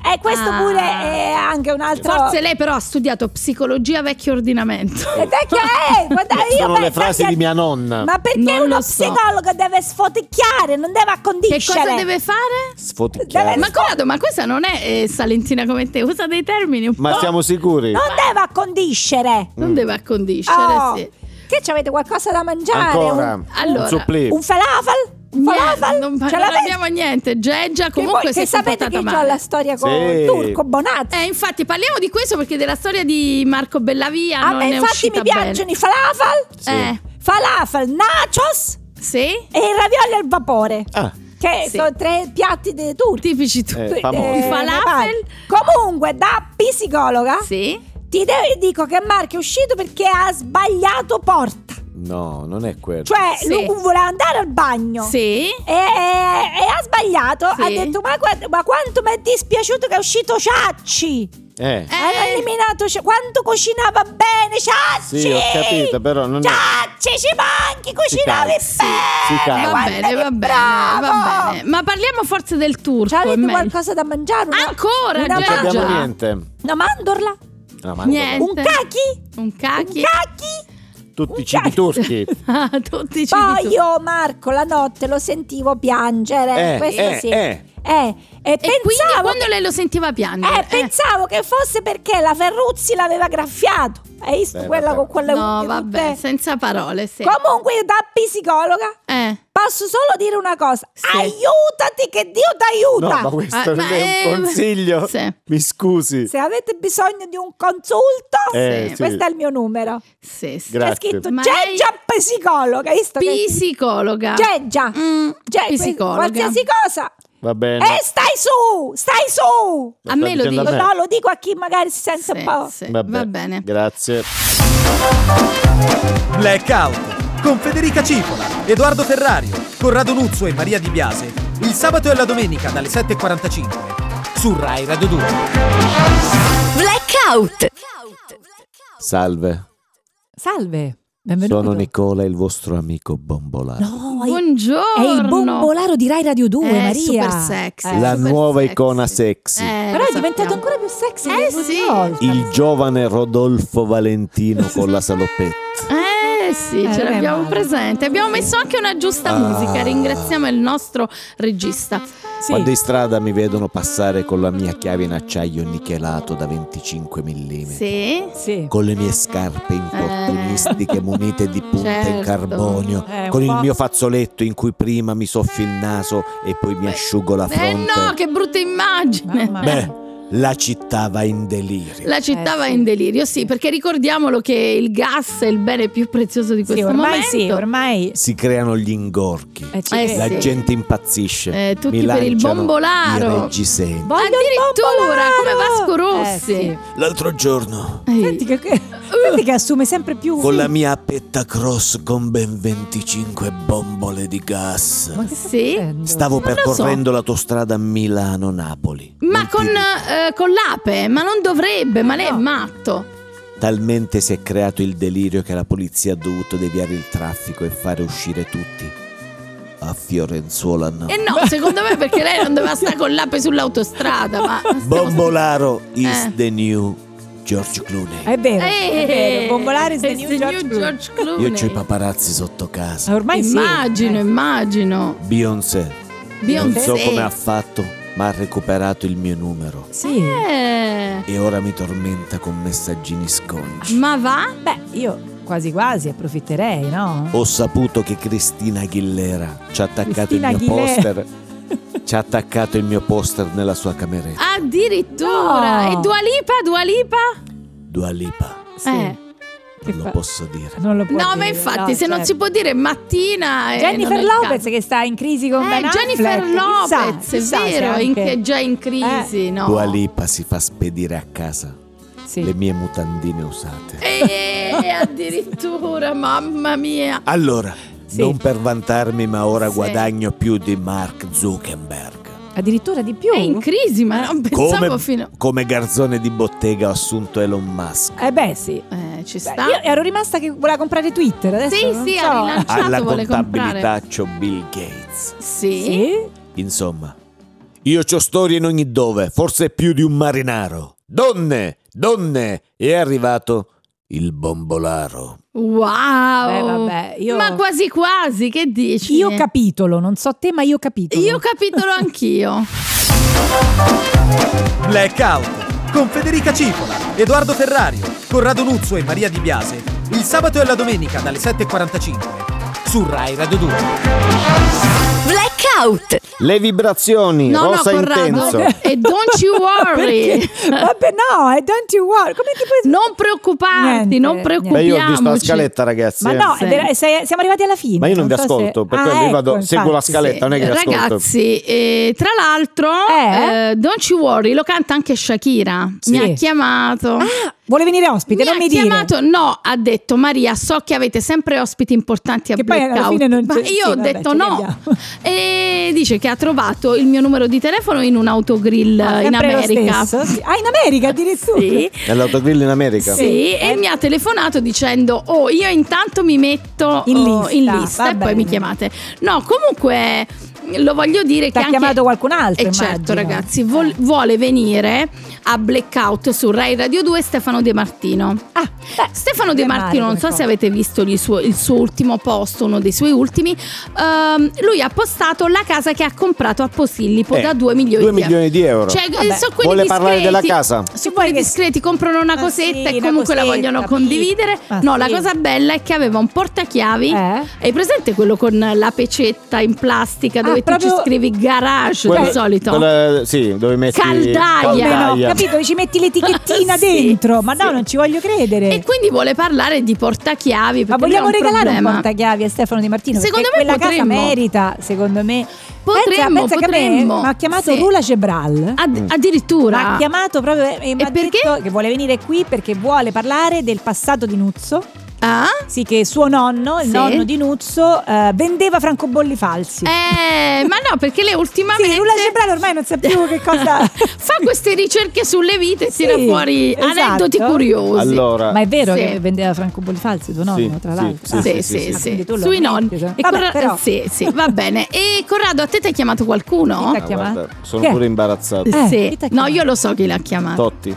Speaker 2: E questo
Speaker 4: Ah.
Speaker 2: pure è anche un altro.
Speaker 4: Forse lei però ha studiato psicologia vecchio ordinamento.
Speaker 2: Ed è che- guarda, io
Speaker 3: Eh, Sono le
Speaker 2: penso
Speaker 3: frasi
Speaker 2: anche-
Speaker 3: di mia nonna.
Speaker 2: Ma perché
Speaker 4: Non
Speaker 2: uno
Speaker 4: lo so.
Speaker 2: psicologo deve sfoticchiare, non deve
Speaker 4: Che
Speaker 2: accondiscere.
Speaker 4: cosa deve fare?
Speaker 3: Sfoticchiare.
Speaker 2: Deve-
Speaker 4: Ma Corrado, ma questa non è eh, salentina come te, usa dei termini un
Speaker 3: Ma
Speaker 4: po'.
Speaker 3: siamo sicuri?
Speaker 2: Non deve accondiscere.
Speaker 4: Non deve accondiscere,
Speaker 2: Oh,
Speaker 4: sì.
Speaker 2: Che ci avete qualcosa da mangiare?
Speaker 3: Ancora.
Speaker 2: Un,
Speaker 4: Allora,
Speaker 3: Un supplì.
Speaker 2: un falafel? Falafel?
Speaker 4: non,
Speaker 2: Ce
Speaker 4: non
Speaker 2: l'avete?
Speaker 4: abbiamo niente. Geggia
Speaker 2: che,
Speaker 4: comunque si
Speaker 2: voi-
Speaker 4: è
Speaker 2: che sapete che
Speaker 4: comportata
Speaker 2: c'ho
Speaker 4: male.
Speaker 2: la storia con
Speaker 3: Sì.
Speaker 2: Turco Bonazzi.
Speaker 4: Eh, infatti parliamo di questo perché della storia di Marco Bellavia
Speaker 2: a
Speaker 4: non
Speaker 2: me
Speaker 4: è
Speaker 2: Ah, infatti
Speaker 4: uscita
Speaker 2: mi piacciono i falafel,
Speaker 4: bene. Eh,
Speaker 2: falafel, nachos
Speaker 4: sì?
Speaker 2: e i ravioli al vapore.
Speaker 3: Ah.
Speaker 2: Che
Speaker 4: Sì.
Speaker 2: sono tre piatti dei turchi.
Speaker 4: Tipici tu.
Speaker 3: Eh, famosi.
Speaker 4: I falafel.
Speaker 2: ne parlo. Comunque, da psicologa,
Speaker 4: Sì.
Speaker 2: ti de- dico che Marco è uscito perché ha sbagliato porta.
Speaker 3: No, non è quello.
Speaker 2: Cioè,
Speaker 4: Sì.
Speaker 2: lui voleva andare al bagno.
Speaker 4: Sì.
Speaker 2: E, e- e ha sbagliato.
Speaker 4: Sì.
Speaker 2: Ha detto: ma, guarda- ma quanto mi è dispiaciuto che è uscito Ciacci!
Speaker 3: Eh.
Speaker 2: Hanno
Speaker 4: Eh,
Speaker 2: eliminato Ci- quanto cucinava bene Ciacci!
Speaker 3: Sì, ho capito, però non è-
Speaker 2: Ciacci ci manchi, cucinavi
Speaker 3: calma. Sì, si
Speaker 2: bene!
Speaker 3: calma.
Speaker 4: va
Speaker 2: guarda
Speaker 4: bene,
Speaker 2: che
Speaker 4: va bene,
Speaker 2: bravo!
Speaker 4: va bene. Ma parliamo forse del turco.
Speaker 2: Cioè,
Speaker 4: è
Speaker 2: avete
Speaker 4: meglio.
Speaker 2: qualcosa da mangiare? Una-
Speaker 4: Ancora,
Speaker 2: una
Speaker 3: Non
Speaker 4: Già,
Speaker 3: abbiamo
Speaker 4: già.
Speaker 3: niente.
Speaker 2: Una mandorla?
Speaker 3: No, ma
Speaker 4: Niente.
Speaker 2: Un cachi?
Speaker 4: Un
Speaker 2: Un
Speaker 4: cacchi.
Speaker 2: cachi?
Speaker 3: Tutti i cibi turchi.
Speaker 4: Ah, Tutti i cibi
Speaker 2: Poi
Speaker 4: tu-
Speaker 2: io Marco la notte lo sentivo piangere,
Speaker 3: Eh,
Speaker 2: questo
Speaker 3: eh,
Speaker 2: sì.
Speaker 3: eh.
Speaker 2: Eh, e,
Speaker 4: E quindi
Speaker 2: pensavo
Speaker 4: quando
Speaker 2: che-
Speaker 4: lei lo sentiva piangere?
Speaker 2: eh, pensavo che fosse perché la Ferruzzi l'aveva graffiato. Hai visto
Speaker 3: Beh,
Speaker 2: quella
Speaker 3: vabbè.
Speaker 2: con quelle
Speaker 4: No,
Speaker 2: unghie
Speaker 4: vabbè,
Speaker 2: tutte-
Speaker 4: senza parole, sì.
Speaker 2: Comunque io da psicologa
Speaker 4: Eh.
Speaker 2: posso solo dire una cosa.
Speaker 4: Sì.
Speaker 2: Aiutati che Dio ti
Speaker 3: No,
Speaker 2: aiuta.
Speaker 3: ma questo
Speaker 4: Ah,
Speaker 3: non
Speaker 4: ma
Speaker 3: è
Speaker 4: è-
Speaker 3: un consiglio.
Speaker 4: Sì.
Speaker 3: Mi scusi.
Speaker 2: Se avete bisogno di un consulto,
Speaker 3: Eh, sì.
Speaker 2: questo è il mio numero.
Speaker 4: Sì, sì.
Speaker 3: Grazie.
Speaker 2: C'è scritto
Speaker 4: Ma
Speaker 2: Geggia
Speaker 4: lei-
Speaker 2: psicologa, hai visto che
Speaker 4: Psicologa.
Speaker 2: Geggia.
Speaker 4: Mm,
Speaker 2: Cioè, que-
Speaker 4: psicologa.
Speaker 2: qualsiasi cosa.
Speaker 3: Va bene.
Speaker 4: Eh,
Speaker 2: E stai su, stai su.
Speaker 4: a me lo
Speaker 3: dicendo a
Speaker 4: dico.
Speaker 2: No,
Speaker 3: me?
Speaker 2: lo dico a chi magari si sente
Speaker 4: Sì,
Speaker 2: un po'.
Speaker 4: sì,
Speaker 3: Vabbè,
Speaker 4: Va bene.
Speaker 3: Grazie.
Speaker 6: Blackout con Federica Cipola, Edoardo Ferrario, Corrado Nuzzo e Maria Di Biase. Il sabato e la domenica dalle 7.45 su Rai Radio 2.
Speaker 1: Blackout.
Speaker 3: Salve.
Speaker 9: Salve, benvenuto.
Speaker 3: Sono Nicola, il vostro amico bombolare.
Speaker 9: No, è, Oh, è
Speaker 4: Buongiorno.
Speaker 9: il bombolaro di Rai Radio 2,
Speaker 4: Eh,
Speaker 9: Maria.
Speaker 4: super sexy.
Speaker 9: Eh,
Speaker 3: La
Speaker 4: super
Speaker 3: nuova
Speaker 4: sexy.
Speaker 3: icona sexy.
Speaker 4: Eh,
Speaker 9: Però
Speaker 4: lo
Speaker 9: è diventato
Speaker 4: sappiamo.
Speaker 9: ancora più sexy.
Speaker 4: Eh,
Speaker 9: dell'ultima
Speaker 4: sì.
Speaker 9: volta.
Speaker 3: Il giovane Rodolfo Valentino con la salopetta.
Speaker 4: Eh sì,
Speaker 9: Eh,
Speaker 4: ce
Speaker 9: non è
Speaker 4: l'abbiamo
Speaker 9: male.
Speaker 4: presente. Abbiamo messo anche una giusta
Speaker 3: Ah.
Speaker 4: musica. Ringraziamo il nostro regista.
Speaker 9: Sì.
Speaker 3: Quando in strada mi vedono passare con la mia chiave in acciaio nichelato da 25 mm.
Speaker 4: Sì.
Speaker 9: Sì.
Speaker 3: Con le mie scarpe importunistiche munite di punta in
Speaker 4: Eh. certo.
Speaker 3: carbonio,
Speaker 9: Eh, un
Speaker 3: con il
Speaker 9: po'.
Speaker 3: mio fazzoletto in cui prima mi soffio il naso e poi mi asciugo la
Speaker 4: Eh
Speaker 3: fronte.
Speaker 4: no, che brutta immagine.
Speaker 9: Mamma mia.
Speaker 3: Beh, la città va in delirio.
Speaker 4: La città
Speaker 9: Eh,
Speaker 4: va
Speaker 9: sì.
Speaker 4: in delirio, sì, perché ricordiamolo che il gas è il bene più prezioso di
Speaker 9: Sì,
Speaker 4: questo
Speaker 9: ormai
Speaker 4: momento.
Speaker 9: sì, ormai.
Speaker 3: Si creano gli ingorchi.
Speaker 9: Eh, ci
Speaker 4: Eh,
Speaker 9: credo.
Speaker 3: La
Speaker 4: sì.
Speaker 3: gente impazzisce.
Speaker 4: Eh, tutti
Speaker 3: Mi
Speaker 4: per il
Speaker 3: lanciano
Speaker 4: bombolaro.
Speaker 3: I reggiseni.
Speaker 9: Voglio il
Speaker 4: Addirittura, come
Speaker 9: bombolaro!
Speaker 4: Vasco
Speaker 9: Eh,
Speaker 4: Rossi. Uh.
Speaker 9: sì.
Speaker 3: L'altro giorno,
Speaker 4: Ehi.
Speaker 9: Senti che, che- senti che assume sempre più.
Speaker 3: con la mia petta cross con ben 25 bombole di gas,
Speaker 9: Ma che sta
Speaker 4: Sì.
Speaker 9: succedendo?
Speaker 3: stavo
Speaker 4: lo so.
Speaker 3: percorrendo l'autostrada Milano-Napoli. Non
Speaker 4: Ma
Speaker 3: ti
Speaker 4: con, eh, con l'ape, ma non dovrebbe, ma lei è matto.
Speaker 3: Talmente si è creato il delirio che la polizia ha dovuto deviare il traffico e fare uscire tutti. A Fiorenzuola no.
Speaker 4: E Eh no, secondo me perché lei non doveva stare con l'ape sull'autostrada, ma...
Speaker 3: Bombolaro is
Speaker 4: Eh.
Speaker 3: the new George Clooney.
Speaker 9: È vero,
Speaker 4: Eh,
Speaker 9: è vero. Bombolare is the
Speaker 4: eh,
Speaker 9: new
Speaker 4: the
Speaker 9: George
Speaker 4: new
Speaker 9: Clooney.
Speaker 4: George Clooney.
Speaker 3: Io c'ho i paparazzi sotto casa.
Speaker 9: Ormai sì.
Speaker 4: immagino,
Speaker 9: Eh,
Speaker 4: immagino.
Speaker 3: Beyoncé. Non
Speaker 4: Beyoncé.
Speaker 3: so come ha fatto, ma ha recuperato il mio numero.
Speaker 9: Sì.
Speaker 4: Eh,
Speaker 3: E ora mi tormenta con messaggini sconci.
Speaker 4: ma va?
Speaker 9: Beh, io quasi quasi approfitterei, no?
Speaker 3: Ho saputo che Cristina Aguilera ci ha attaccato
Speaker 9: Christina
Speaker 3: il mio
Speaker 9: Aguilera.
Speaker 3: poster. Ci ha attaccato il mio poster nella sua cameretta.
Speaker 4: Addirittura.
Speaker 9: No.
Speaker 4: E Dualipa, Dualipa?
Speaker 3: Dua Lipa.
Speaker 9: Sì.
Speaker 4: Eh.
Speaker 9: Che
Speaker 3: Non lo
Speaker 9: fa-
Speaker 3: posso dire.
Speaker 9: Certo. Non lo può
Speaker 4: No,
Speaker 9: dire,
Speaker 4: ma infatti,
Speaker 9: no,
Speaker 4: se non
Speaker 9: certo.
Speaker 4: si può dire mattina... eh,
Speaker 9: Jennifer
Speaker 4: non è il
Speaker 9: Lopez
Speaker 4: caso.
Speaker 9: che sta in crisi con
Speaker 4: Eh,
Speaker 9: Ben Affleck.
Speaker 4: Jennifer
Speaker 9: Chissà,
Speaker 4: Lopez,
Speaker 9: chissà
Speaker 4: è
Speaker 9: se
Speaker 4: vero, in-
Speaker 9: anche- Eh.
Speaker 4: che è già in crisi, no?
Speaker 3: Dua Lipa si fa spedire a casa
Speaker 9: Sì.
Speaker 3: le mie mutandine usate.
Speaker 4: Eh, addirittura, mamma mia.
Speaker 3: Allora,
Speaker 9: Sì.
Speaker 3: non per vantarmi, ma ora
Speaker 4: Sì.
Speaker 3: guadagno più di Mark Zuckerberg.
Speaker 9: Addirittura di più.
Speaker 4: È in crisi,
Speaker 9: Eh.
Speaker 4: ma non pensavo
Speaker 3: Come,
Speaker 4: fino...
Speaker 3: come garzone di bottega ho assunto Elon Musk.
Speaker 9: Eh beh, sì.
Speaker 4: Eh, ci
Speaker 9: Beh,
Speaker 4: sta.
Speaker 9: Io ero rimasta che voleva comprare Twitter adesso.
Speaker 4: Sì,
Speaker 9: non
Speaker 4: sì,
Speaker 9: so.
Speaker 4: ha rilanciato,
Speaker 3: Alla
Speaker 4: vuole comprare.
Speaker 3: contabilità c'ho Bill Gates.
Speaker 4: Sì.
Speaker 9: Sì?
Speaker 3: Insomma, io c'ho storie in ogni dove, forse più di un marinaro. Donne, donne, è arrivato il bombolaro.
Speaker 4: Wow.
Speaker 9: Beh, vabbè, io-
Speaker 4: Ma quasi quasi, che dici?
Speaker 9: Io capitolo, non so te, ma io capitolo.
Speaker 4: Io capitolo anch'io.
Speaker 6: Blackout con Federica Cipola, Edoardo Ferrario, Corrado Nuzzo e Maria Di Biase. Il sabato e la domenica dalle 7.45 su Rai Radio 2.
Speaker 1: Blackout.
Speaker 3: Le vibrazioni,
Speaker 4: No,
Speaker 3: rosa
Speaker 4: no, Corrado.
Speaker 3: intenso.
Speaker 4: E don't you worry.
Speaker 2: Perché? Vabbè, no, eh, don't you worry. Come ti puoi
Speaker 4: Non
Speaker 2: Niente,
Speaker 4: preoccuparti, non
Speaker 2: Esatto. niente.
Speaker 3: Beh,
Speaker 4: preoccupiamoci.
Speaker 3: io ho visto la scaletta, ragazzi.
Speaker 2: Ma
Speaker 3: eh.
Speaker 2: no,
Speaker 4: Sì.
Speaker 2: è vera- sei- siamo arrivati alla fine.
Speaker 3: Ma io non vi
Speaker 2: so se-
Speaker 3: ascolto, per
Speaker 2: Ah,
Speaker 3: quello io
Speaker 2: ecco,
Speaker 3: vado, seguo la
Speaker 2: infatti,
Speaker 3: scaletta, non è che vi ascolto.
Speaker 4: Ragazzi, eh, tra l'altro,
Speaker 2: Eh?
Speaker 4: eh, Don't You Worry lo canta anche Shakira. Mi ha chiamato.
Speaker 2: sì. Vuole venire
Speaker 4: mi
Speaker 2: ospite,
Speaker 4: ha
Speaker 2: Ah, non mi dire.
Speaker 4: chiamato, no, ha detto Maria. So che avete sempre ospiti importanti a
Speaker 2: Che poi alla
Speaker 4: blackout.
Speaker 2: fine non
Speaker 4: ma
Speaker 2: c'è-
Speaker 4: io
Speaker 2: sì,
Speaker 4: ho
Speaker 2: vabbè, ce
Speaker 4: detto
Speaker 2: li
Speaker 4: no.
Speaker 2: abbiamo.
Speaker 4: E dice che ha trovato il mio numero di telefono in un autogrill
Speaker 2: Ah,
Speaker 4: eh, in
Speaker 2: sempre lo
Speaker 4: America.
Speaker 2: stesso, sì. Ah, in America addirittura.
Speaker 4: Sì.
Speaker 3: Nell'autogrill in America.
Speaker 4: Sì, e mi ha telefonato dicendo: Oh, io intanto mi metto
Speaker 2: In
Speaker 4: oh,
Speaker 2: lista,
Speaker 4: in lista
Speaker 2: va
Speaker 4: e poi
Speaker 2: bene.
Speaker 4: mi chiamate. No, comunque lo voglio dire
Speaker 2: T'ha
Speaker 4: che. anche-
Speaker 2: chiamato qualcun altro,
Speaker 4: E certo,
Speaker 2: immagino.
Speaker 4: ragazzi, vol- vuole venire a blackout su Rai Radio 2 Stefano De Martino.
Speaker 2: Ah, beh,
Speaker 4: Stefano
Speaker 2: non
Speaker 4: De
Speaker 2: è male
Speaker 4: Martino, non
Speaker 2: come
Speaker 4: so se
Speaker 2: cosa.
Speaker 4: avete visto gli suo- il suo ultimo post, uno dei suoi ultimi, ehm, lui ha postato la casa che ha comprato a Posillipo
Speaker 3: Eh,
Speaker 4: da 2 milioni
Speaker 3: due
Speaker 4: di euro.
Speaker 3: milioni di euro.
Speaker 4: Cioè,
Speaker 2: Vabbè.
Speaker 4: sono quelli
Speaker 3: Vuole parlare della
Speaker 4: discreti-
Speaker 3: casa?
Speaker 4: sono
Speaker 2: Ci
Speaker 4: quelli
Speaker 2: vuole che-
Speaker 4: discreti, comprano una
Speaker 2: Ma
Speaker 4: cosetta
Speaker 2: sì,
Speaker 4: e
Speaker 2: una
Speaker 4: comunque la
Speaker 2: cosetta,
Speaker 4: vogliono
Speaker 2: capito.
Speaker 4: condividere.
Speaker 2: Ma
Speaker 4: no,
Speaker 2: sì.
Speaker 4: la cosa bella è che aveva un portachiavi.
Speaker 2: Eh?
Speaker 4: Hai presente quello con la pecetta in plastica
Speaker 2: Ah,
Speaker 4: dove tu
Speaker 2: proprio-
Speaker 4: ci scrivi garage di
Speaker 3: Quello-
Speaker 4: solito?
Speaker 3: quello- eh, sì, dove metti
Speaker 4: Caldaia.
Speaker 2: Eh? Come no,
Speaker 3: caldaia.
Speaker 2: capito? Ci metti l'etichettina
Speaker 4: Sì,
Speaker 2: dentro. Ma
Speaker 4: sì.
Speaker 2: no, non ci voglio credere.
Speaker 4: E quindi vuole parlare di portachiavi.
Speaker 2: Ma
Speaker 4: perché lui ha
Speaker 2: vogliamo
Speaker 4: un
Speaker 2: regalare
Speaker 4: problema.
Speaker 2: un portachiavi a Stefano Di Martino?
Speaker 4: Secondo
Speaker 2: perché
Speaker 4: me
Speaker 2: quella
Speaker 4: potremmo.
Speaker 2: casa merita, secondo me.
Speaker 4: Potremmo,
Speaker 2: pensa, pensa che a
Speaker 4: potremmo.
Speaker 2: me mi ha chiamato
Speaker 4: Sì.
Speaker 2: Rula Gebral.
Speaker 4: Ad-
Speaker 3: Mm.
Speaker 4: addirittura.
Speaker 2: Ma ha chiamato proprio e mi
Speaker 4: E
Speaker 2: ha
Speaker 4: perché?
Speaker 2: detto che vuole venire qui perché vuole parlare del passato di Nuzzo.
Speaker 4: Ah?
Speaker 2: Sì, che suo nonno, il
Speaker 4: Sì.
Speaker 2: nonno di Nuzzo, eh, vendeva francobolli falsi.
Speaker 4: Eh, ma no, perché lei ultimamente
Speaker 2: Sì, Rula Gebral ormai non sa più che cosa.
Speaker 4: fa queste ricerche sulle vite e
Speaker 2: Sì,
Speaker 4: tira fuori
Speaker 2: esatto.
Speaker 4: aneddoti curiosi.
Speaker 3: Allora,
Speaker 2: Ma è vero
Speaker 4: Sì.
Speaker 2: che vendeva francobolli falsi tuo nonno,
Speaker 3: Sì,
Speaker 2: tra
Speaker 3: sì,
Speaker 2: l'altro.
Speaker 3: sì,
Speaker 2: Ah,
Speaker 4: Sì, sì, sì,
Speaker 2: Ah, quindi tu lo
Speaker 4: sui
Speaker 2: ammetti,
Speaker 4: nonni.
Speaker 2: cioè.
Speaker 4: E
Speaker 2: Vabbè,
Speaker 4: Corra-
Speaker 2: però.
Speaker 4: sì, sì, va bene. E Corrado, a te ti ha chiamato qualcuno?
Speaker 2: Chi t'ha
Speaker 3: ah,
Speaker 2: chiamato?
Speaker 3: guarda, sono
Speaker 2: eh. Chi è?
Speaker 3: pure imbarazzato.
Speaker 2: Eh,
Speaker 4: sì.
Speaker 2: chi t'ha
Speaker 4: No,
Speaker 2: chiamato?
Speaker 4: io lo so chi l'ha chiamato.
Speaker 3: Totti.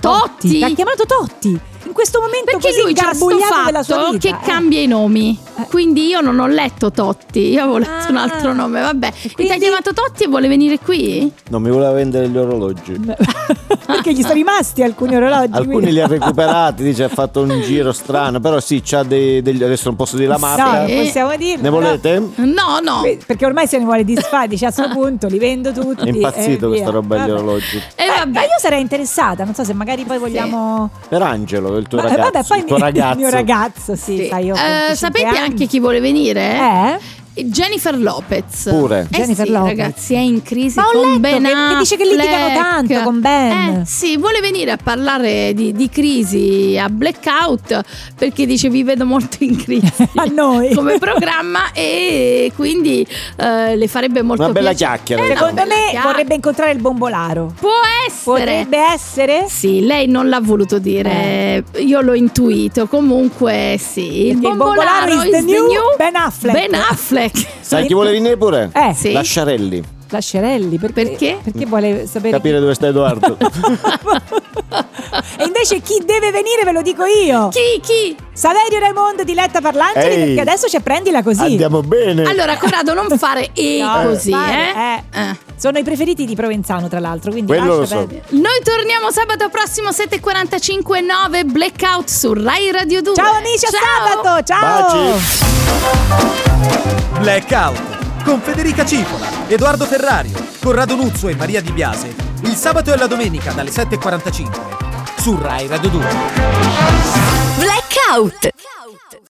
Speaker 4: Totti.
Speaker 2: Ti ha Ah, chiamato Totti. In questo momento
Speaker 4: Perché
Speaker 2: così
Speaker 4: lui c'ha sto
Speaker 2: garbugliato della sua
Speaker 4: fatto
Speaker 2: vita. eh.
Speaker 4: che cambia i nomi. Quindi io non ho letto Totti, io avevo letto un altro nome, vabbè. Quindi... Ti ha
Speaker 2: Ah. quindi?
Speaker 4: chiamato Totti e vuole venire qui?
Speaker 3: Non mi voleva vendere gli orologi.
Speaker 2: Eh, Perché gli sono rimasti alcuni orologi.
Speaker 3: Alcuni
Speaker 2: quindi-
Speaker 3: li ha recuperati, dice ha fatto un giro strano, però sì, c'ha dei, degli- adesso non posso dire la marca.
Speaker 2: No, non possiamo dirlo.
Speaker 3: Ne
Speaker 2: eh, però-
Speaker 3: volete?
Speaker 4: No, no.
Speaker 2: Beh, Perché ormai se ne vuole disfare, dice a questo punto li vendo tutti.
Speaker 3: È impazzito
Speaker 2: e eh, via.
Speaker 3: questa roba degli
Speaker 2: Vabbè.
Speaker 3: orologi.
Speaker 4: E
Speaker 2: Eh,
Speaker 4: vabbè.
Speaker 2: ma io sarei interessata, non so se magari poi vogliamo...
Speaker 3: Per Angelo, il tuo
Speaker 2: Ma- eh,
Speaker 3: ragazzo.
Speaker 2: vabbè, poi
Speaker 3: il tuo
Speaker 2: mi-
Speaker 3: ragazzo.
Speaker 2: il mio ragazzo, sì,
Speaker 4: Sì.
Speaker 2: sai, io ho
Speaker 4: Eh,
Speaker 2: 25
Speaker 4: sapete
Speaker 2: anni.
Speaker 4: anche chi vuole venire?
Speaker 2: Eh?
Speaker 4: Jennifer Lopez.
Speaker 3: Pure.
Speaker 4: Eh
Speaker 2: Jennifer
Speaker 4: sì,
Speaker 2: Lopez.
Speaker 4: ragazzi, è in crisi
Speaker 2: Ma ho
Speaker 4: con
Speaker 2: letto
Speaker 4: Ben
Speaker 2: che- che dice che litigano
Speaker 4: Affleck.
Speaker 2: tanto con Ben.
Speaker 4: Eh, sì, vuole venire a parlare di, di crisi a blackout perché dice vi vedo molto in crisi.
Speaker 2: A noi.
Speaker 4: Come programma e quindi eh, le farebbe molto
Speaker 3: Una bella
Speaker 4: piacere.
Speaker 3: chiacchiera,
Speaker 4: Eh,
Speaker 3: diciamo.
Speaker 4: una
Speaker 2: Secondo
Speaker 4: bella
Speaker 2: me
Speaker 4: chiacchiera.
Speaker 2: vorrebbe incontrare il bombolaro.
Speaker 4: Può essere.
Speaker 2: Potrebbe essere?
Speaker 4: Eh Sì, lei non l'ha voluto dire, io l'ho intuito, comunque sì.
Speaker 2: Perché Eh. il bombolaro is the new Ben Affleck.
Speaker 4: Ben Affleck.
Speaker 3: Sai chi vuole venire pure?
Speaker 2: Eh,
Speaker 4: Sì.
Speaker 3: Lasciarelli.
Speaker 2: Lasciarelli, perché?
Speaker 4: Perché?
Speaker 2: Perché vuole sapere...
Speaker 3: Capire dove sta Edoardo.
Speaker 2: e invece chi deve venire ve lo dico io.
Speaker 4: Chi, chi?
Speaker 2: Saverio Raimondo di Letta Parlangeli,
Speaker 3: Ehi.
Speaker 2: perché adesso c'è prendila così.
Speaker 3: Andiamo bene.
Speaker 4: Allora, Corrado, non fare e
Speaker 2: No,
Speaker 4: così,
Speaker 2: fare,
Speaker 4: eh.
Speaker 2: eh.
Speaker 4: Eh.
Speaker 2: Sono i preferiti di Provenzano, tra l'altro, quindi
Speaker 3: Quello lo
Speaker 2: lascia
Speaker 3: so.
Speaker 2: perdere.
Speaker 4: Noi torniamo sabato prossimo 7.45 9 Blackout su Rai Radio 2.
Speaker 2: Ciao amici, a sabato, ciao!
Speaker 3: Baci.
Speaker 6: Blackout con Federica Cipola, Edoardo Ferrario, Corrado Nuzzo e Maria Di Biase. Il sabato e la domenica dalle 7.45 su Rai Radio 2.
Speaker 1: Blackout.